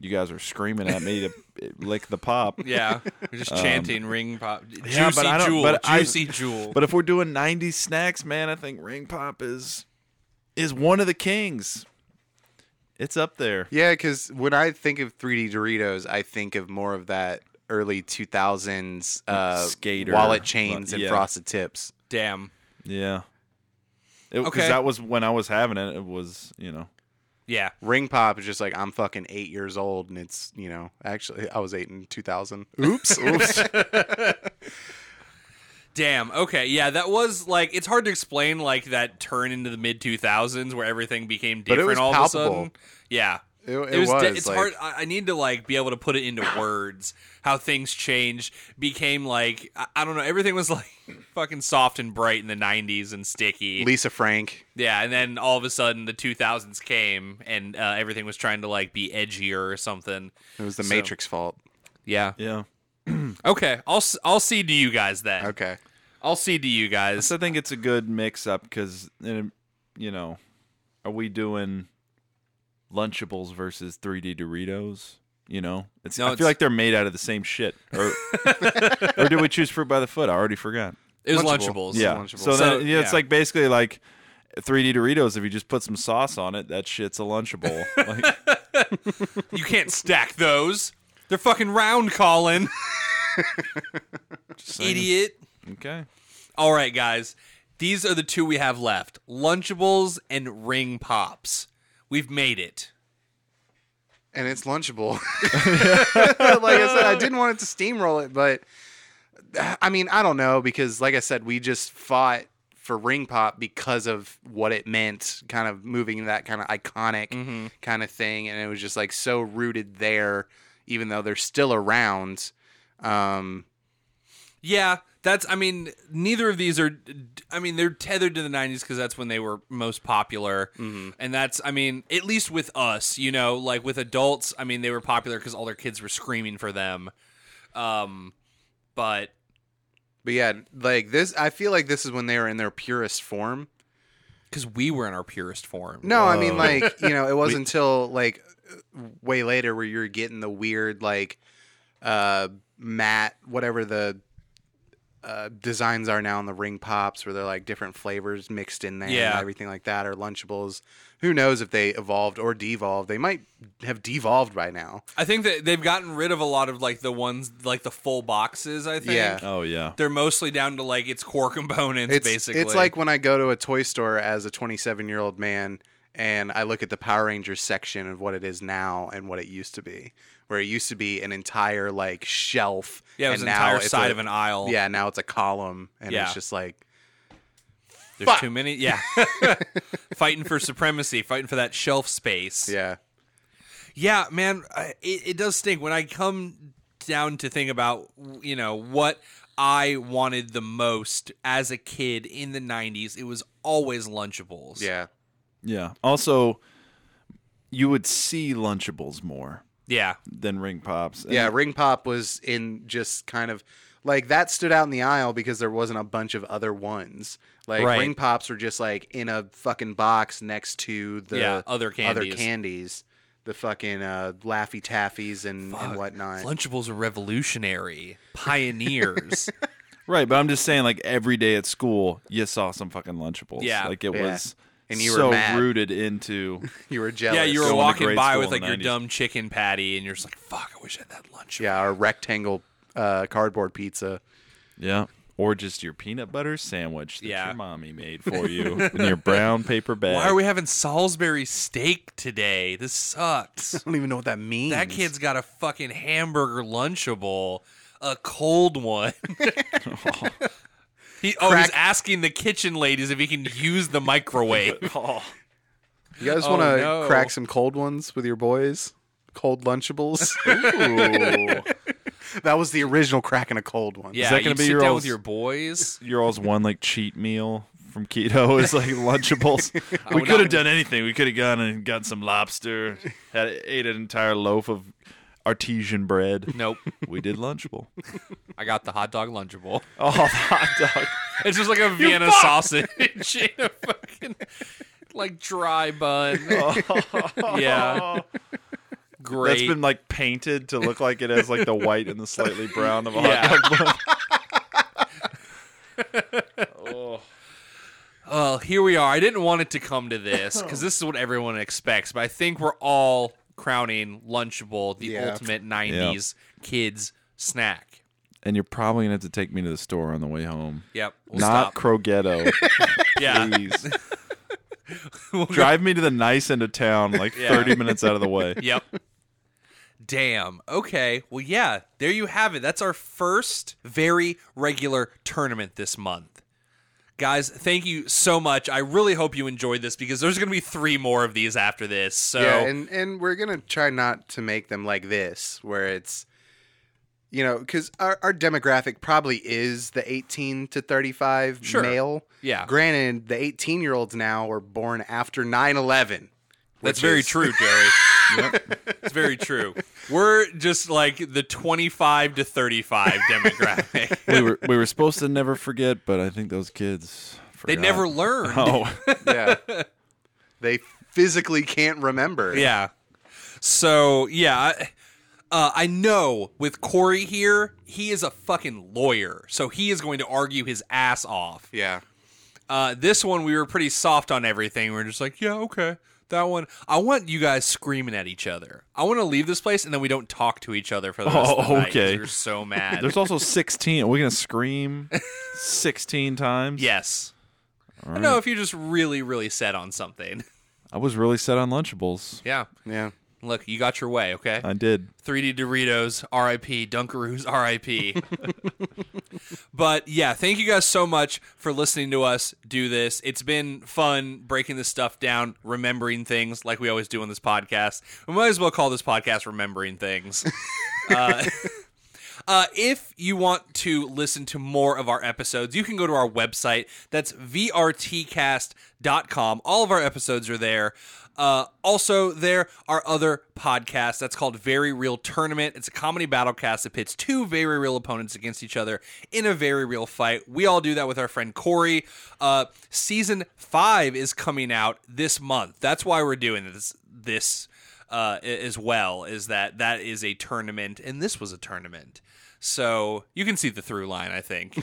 S2: you guys are screaming at me to lick the pop.
S1: Yeah, we're just chanting ring pop. Juicy
S2: Um, yeah, but I don't-
S1: jewel,
S2: but I-
S1: juicy jewel.
S2: But if we're doing 90s snacks, man, I think ring pop is is one of the kings. It's up there.
S3: Yeah, because when I think of 3D Doritos, I think of more of that early 2000s uh,
S2: skater.
S3: wallet chains and
S2: Yeah.
S3: frosted tips.
S1: Damn.
S2: Yeah. Because
S1: Okay.
S2: that was when I was having it. It was, you know.
S1: Yeah.
S3: Ring pop is just like I'm fucking eight years old, and it's you know actually I was eight in 2000. Oops, oops.
S1: Damn. Okay. Yeah, that was like it's hard to explain like that turn into the mid 2000s where everything became
S3: it
S1: different
S3: was
S1: all of a
S3: palpable.
S1: sudden. Yeah.
S3: It- it
S1: de-
S3: was,
S1: it's
S3: like-
S1: hard. I, I need to like be able to put it into words how things changed. Became like I, I don't know. Everything was like fucking soft and bright in the 90s and sticky.
S3: Lisa Frank.
S1: yeah, and then all of a sudden the 2000s came and uh, everything was trying to like be edgier or something.
S3: It was the
S1: So-
S3: Matrix fault.
S1: Yeah.
S2: Yeah.
S1: Okay. I'll s- I'll see to you guys then.
S3: Okay.
S1: I'll see to you guys.
S2: So I think it's a good mix up because, you know, are we doing Lunchables versus 3D Doritos? You know, it's,
S1: No,
S2: I
S1: it's-
S2: feel like they're made out of the same shit. Or, or do we choose fruit by the foot? I already forgot.
S1: It was
S3: Lunchable.
S1: Lunchables.
S2: Yeah.
S3: Lunchables.
S2: So,
S1: So,
S2: then, yeah, it's
S1: yeah.
S2: like basically like 3D Doritos. If you just put some sauce on it, that shit's a Lunchable. like,
S1: You can't stack those. They're fucking round, Colin. Idiot.
S2: okay.
S1: All right, guys. These are the two we have left Lunchables and Ring Pops. We've made it.
S3: and it's lunchable. like I said, I didn't want it to steamroll it, but I mean, I don't know because, like I said, we just fought for ring pop because of what it meant, kind of moving that kind of iconic kind of thing, and it was just like so rooted there, even though they're still around. Um,
S1: Yeah, that's, I mean, neither of these are, I mean, they're tethered to the 90s because that's when they were most popular. And that's, I mean, at least with us, you know, like with adults, I mean, they were popular because all their kids were screaming for them. Um, but
S3: but yeah, like this, I feel like this is when they were in their purest form.
S1: because we were in our purest form.
S3: No, I mean like you know, it wasn't until like uh, way later where you're getting the weird like uh matte whatever the uh, designs are now in the ring pops where they're like different flavors mixed in there and
S1: Yeah.
S3: everything like that or lunchables who knows if they evolved or devolved they might have devolved by now
S1: I think that they've gotten rid of a lot of like the ones like the full boxes. I think
S3: Yeah.
S2: Oh, yeah.
S1: they're mostly down to like its core components.
S3: it's
S1: basically,
S3: it's like when i go to a toy store as a 27 year old man and i look at the power rangers section of what it is now and what it used to be where it used to be an entire like shelf
S1: yeah, it was
S3: and
S1: an
S3: now
S1: entire
S3: it's
S1: side
S3: a-
S1: of an aisle.
S3: yeah now it's a column and
S1: Yeah.
S3: it's just like
S1: there's too many. Yeah, fighting for supremacy, fighting for that shelf space.
S3: yeah
S1: Yeah, man, I, it, it does stink when I come down to think about you know what I wanted the most as a kid in the '90s. It was always Lunchables.
S3: yeah
S2: Yeah. Also, you would see Lunchables more.
S1: Yeah.
S2: than ring pops. And
S3: Yeah, ring pop was in just kind of like that stood out in the aisle because there wasn't a bunch of other ones. Like
S1: Right.
S3: ring pops were just like in a fucking box next to the
S1: Yeah, other candies.
S3: candies, the fucking uh, laffy taffies and, and whatnot.
S1: Lunchables are revolutionary pioneers.
S2: Right, but I'm just saying, like every day at school, you saw some fucking Lunchables.
S1: Yeah.
S2: like it
S3: Yeah.
S2: was,
S3: And you were
S2: so
S3: mad.
S2: rooted into.
S3: You were jealous.
S1: yeah, you
S2: Going
S1: were
S2: to
S1: walking
S2: grade
S1: by
S2: school
S1: with
S2: in
S1: like
S2: the
S1: your
S2: 90s.
S1: dumb chicken patty, and you're just like, "Fuck, I wish I had that lunch."
S3: yeah, our rectangle uh, cardboard pizza.
S2: Yeah. Or just your peanut butter sandwich that
S1: Yeah.
S2: your mommy made for you in your brown paper bag.
S1: Why are we having Salisbury steak today? This sucks.
S3: I don't even know what that means.
S1: that kid's got a fucking hamburger lunchable, a cold one. He, oh,
S3: Crack-
S1: he's asking the kitchen ladies if he can use the microwave.
S3: You guys
S1: Oh,
S3: want to
S1: no.
S3: crack some cold ones with your boys? Cold Lunchables. that was the original cracking a cold one.
S1: Yeah,
S2: that gonna
S1: you
S2: be
S1: sit
S2: your
S1: down
S2: all's-
S1: with your boys.
S2: Your all's one like cheat meal from keto is like Lunchables. we
S1: would
S2: could
S1: not-
S2: have done anything. We could have gone and got some lobster, had ate an entire loaf of artesian bread.
S1: Nope,
S2: We did Lunchable.
S1: I got the hot dog lunchable.
S2: Oh, the hot dog.
S1: It's just like a Vienna sausage in a fucking like dry bun.
S3: Oh.
S1: yeah. Great.
S2: That's been like painted to look like it has like the white and the slightly brown of a hot
S1: yeah.
S2: dog.
S1: Oh. Well, here we are. I didn't want it to come to this because this is what everyone expects, but I think we're all crowning Lunchable the
S3: Yeah.
S1: ultimate 90s kids snack.
S2: And you're probably gonna have to take me to the store on the way home.
S1: Yep. We'll
S2: Not
S1: stop.
S2: Crogetto.
S1: yeah.
S2: Please. Drive me to the nice end of town, like 30 minutes out of the way.
S1: yep. Damn. Okay. Well, yeah, there you have it. That's our first very regular tournament this month. Guys, thank you so much. I really hope you enjoyed this because there's going to be three more of these after this. So,
S3: Yeah, and and we're gonna try not to make them like this, where it's, you know, because our, our demographic probably is the eighteen to thirty five
S1: Sure.
S3: male.
S1: Yeah.
S3: Granted, the eighteen year olds now were born after 9-11.
S1: that's
S3: which
S1: very
S3: is-
S1: true, Jerry. It's very true. We're just like the 25 to 35 demographic.
S2: We were we were supposed to never forget, but I think those kids
S1: they
S2: forgot.
S1: never learn.
S2: Oh,
S3: Yeah. they physically can't remember.
S1: Yeah. So yeah, I- uh, I know with Corey here, he is a fucking lawyer, so he is going to argue his ass off.
S3: Yeah.
S1: Uh, this one we were pretty soft on everything. We are just like, yeah, okay. That one, I want you guys screaming at each other. I want to leave this place and then we don't talk to each other for the rest of the
S2: Oh,
S1: night 'cause
S2: okay.
S1: We're so mad.
S2: there's also 16. Are we gonna scream 16 times?
S1: yes. I know if you just really, really set on something.
S2: I was really set on Lunchables.
S1: yeah.
S3: Yeah.
S1: Look, you got your way, okay?
S2: I did.
S1: 3D Doritos, RIP, Dunkaroos, RIP. but yeah, thank you guys so much for listening to us do this. It's been fun breaking this stuff down, remembering things like we always do on this podcast. We might as well call this podcast Remembering Things. Uh, if you want to listen to more of our episodes, you can go to our website. That's vrtcast.com. All of our episodes are there. Uh, also, there are other podcasts. That's called Very Real Tournament. It's a comedy battle cast that pits two very real opponents against each other in a very real fight. We all do that with our friend Corey. Uh, season five is coming out this month. That's why we're doing this. This uh, a- as well is that that is a tournament and this was a tournament so you can see the through line i think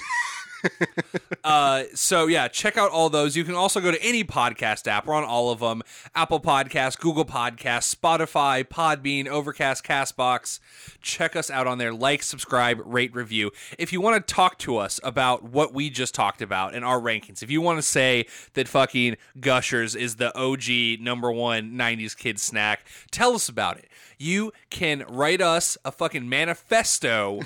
S1: uh, so yeah check out all those you can also go to any podcast app we're on all of them apple podcast google podcast spotify podbean overcast castbox check us out on there like subscribe rate review if you want to talk to us about what we just talked about and our rankings if you want to say that fucking gushers is the og number one 90s kid snack tell us about it you can write us a fucking manifesto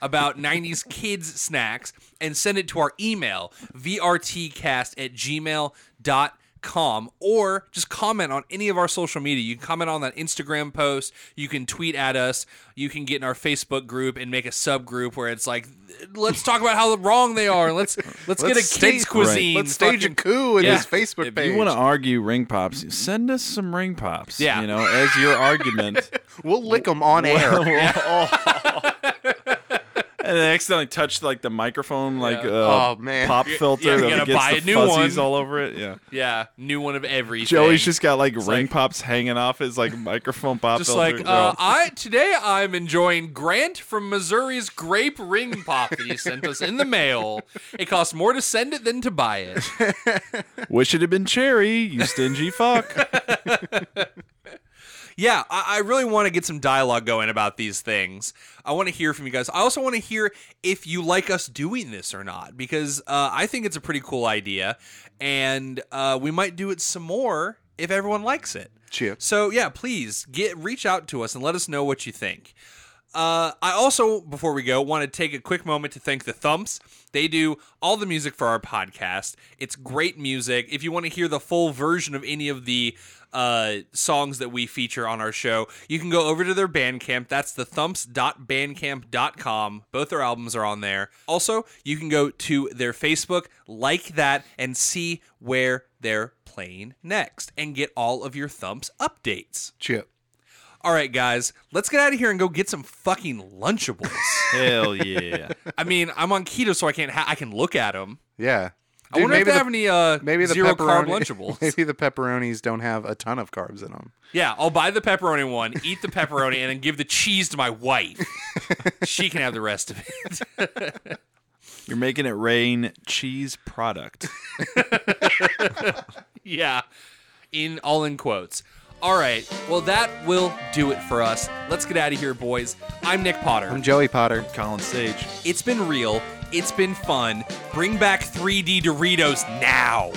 S1: about 90s kids snacks and send it to our email vrtcast at gmail.com com or just comment on any of our social media. You can comment on that Instagram post, you can tweet at us, you can get in our Facebook group and make a subgroup where it's like let's talk about how wrong they are. Let's let's, get a kids
S3: Let's stage-
S1: cuisine.
S3: Let's stage a
S1: fucking-
S3: coup in
S1: Yeah.
S3: his Facebook
S2: If
S3: page.
S2: you want to argue ring pops, send us some ring pops.
S1: Yeah.
S2: you know, as your argument.
S3: we'll lick him on air.
S2: and I accidentally touched like the microphone, like uh,
S3: Oh, man.
S2: pop filter.
S1: you
S2: that
S1: gotta
S2: gets
S1: buy
S2: the
S1: a new
S2: fuzzies
S1: one.
S2: all over it. Yeah.
S1: yeah, new one of everything.
S2: Joey's just got like ring
S1: like-
S2: pops hanging off his like microphone pop
S1: just
S2: filter.
S1: like uh, I today I'm enjoying Grant from Missouri's grape ring pop that he sent us in the mail. It costs more to send it than to buy it.
S2: Wish it had been cherry, you stingy fuck.
S1: Yeah, I, I really want to get some dialogue going about these things. I want to hear from you guys. I also want to hear if you like us doing this or not, because uh, I think it's a pretty cool idea, and uh, we might do it some more if everyone likes it.
S3: Cheer.
S1: So yeah, please get reach out to us and let us know what you think. Uh, I also, before we go, want to take a quick moment to thank the Thumps. They do all the music for our podcast. It's great music. If you want to hear the full version of any of the uh, songs that we feature on our show, you can go over to their Bandcamp. That's the thumps.bandcamp.com. Both their albums are on there. Also, you can go to their Facebook, like that, and see where they're playing next and get all of your Thumps updates.
S3: Chip.
S1: All right, guys, let's get out of here and go get some fucking Lunchables.
S2: Hell yeah.
S1: I mean, I'm on keto, so I can't. Ha- I can look at them.
S3: Yeah.
S1: I wonder if
S3: maybe
S1: they
S3: the-
S1: have any uh,
S3: Maybe the
S1: zero carb
S3: pepperoni,
S1: Lunchables.
S3: Maybe the pepperonis don't have a ton of carbs in them.
S1: Yeah, I'll buy the pepperoni one, eat the pepperoni, and then give the cheese to my wife. she can have the rest of it.
S2: You're making it rain cheese product.
S1: yeah, in all in quotes. All right, well that will do it for us. Let's get out of here, boys. I'm Nick Potter.
S3: I'm Joey Potter.
S2: Colin Sage.
S1: it's been real. It's been fun. Bring back 3D Doritos now.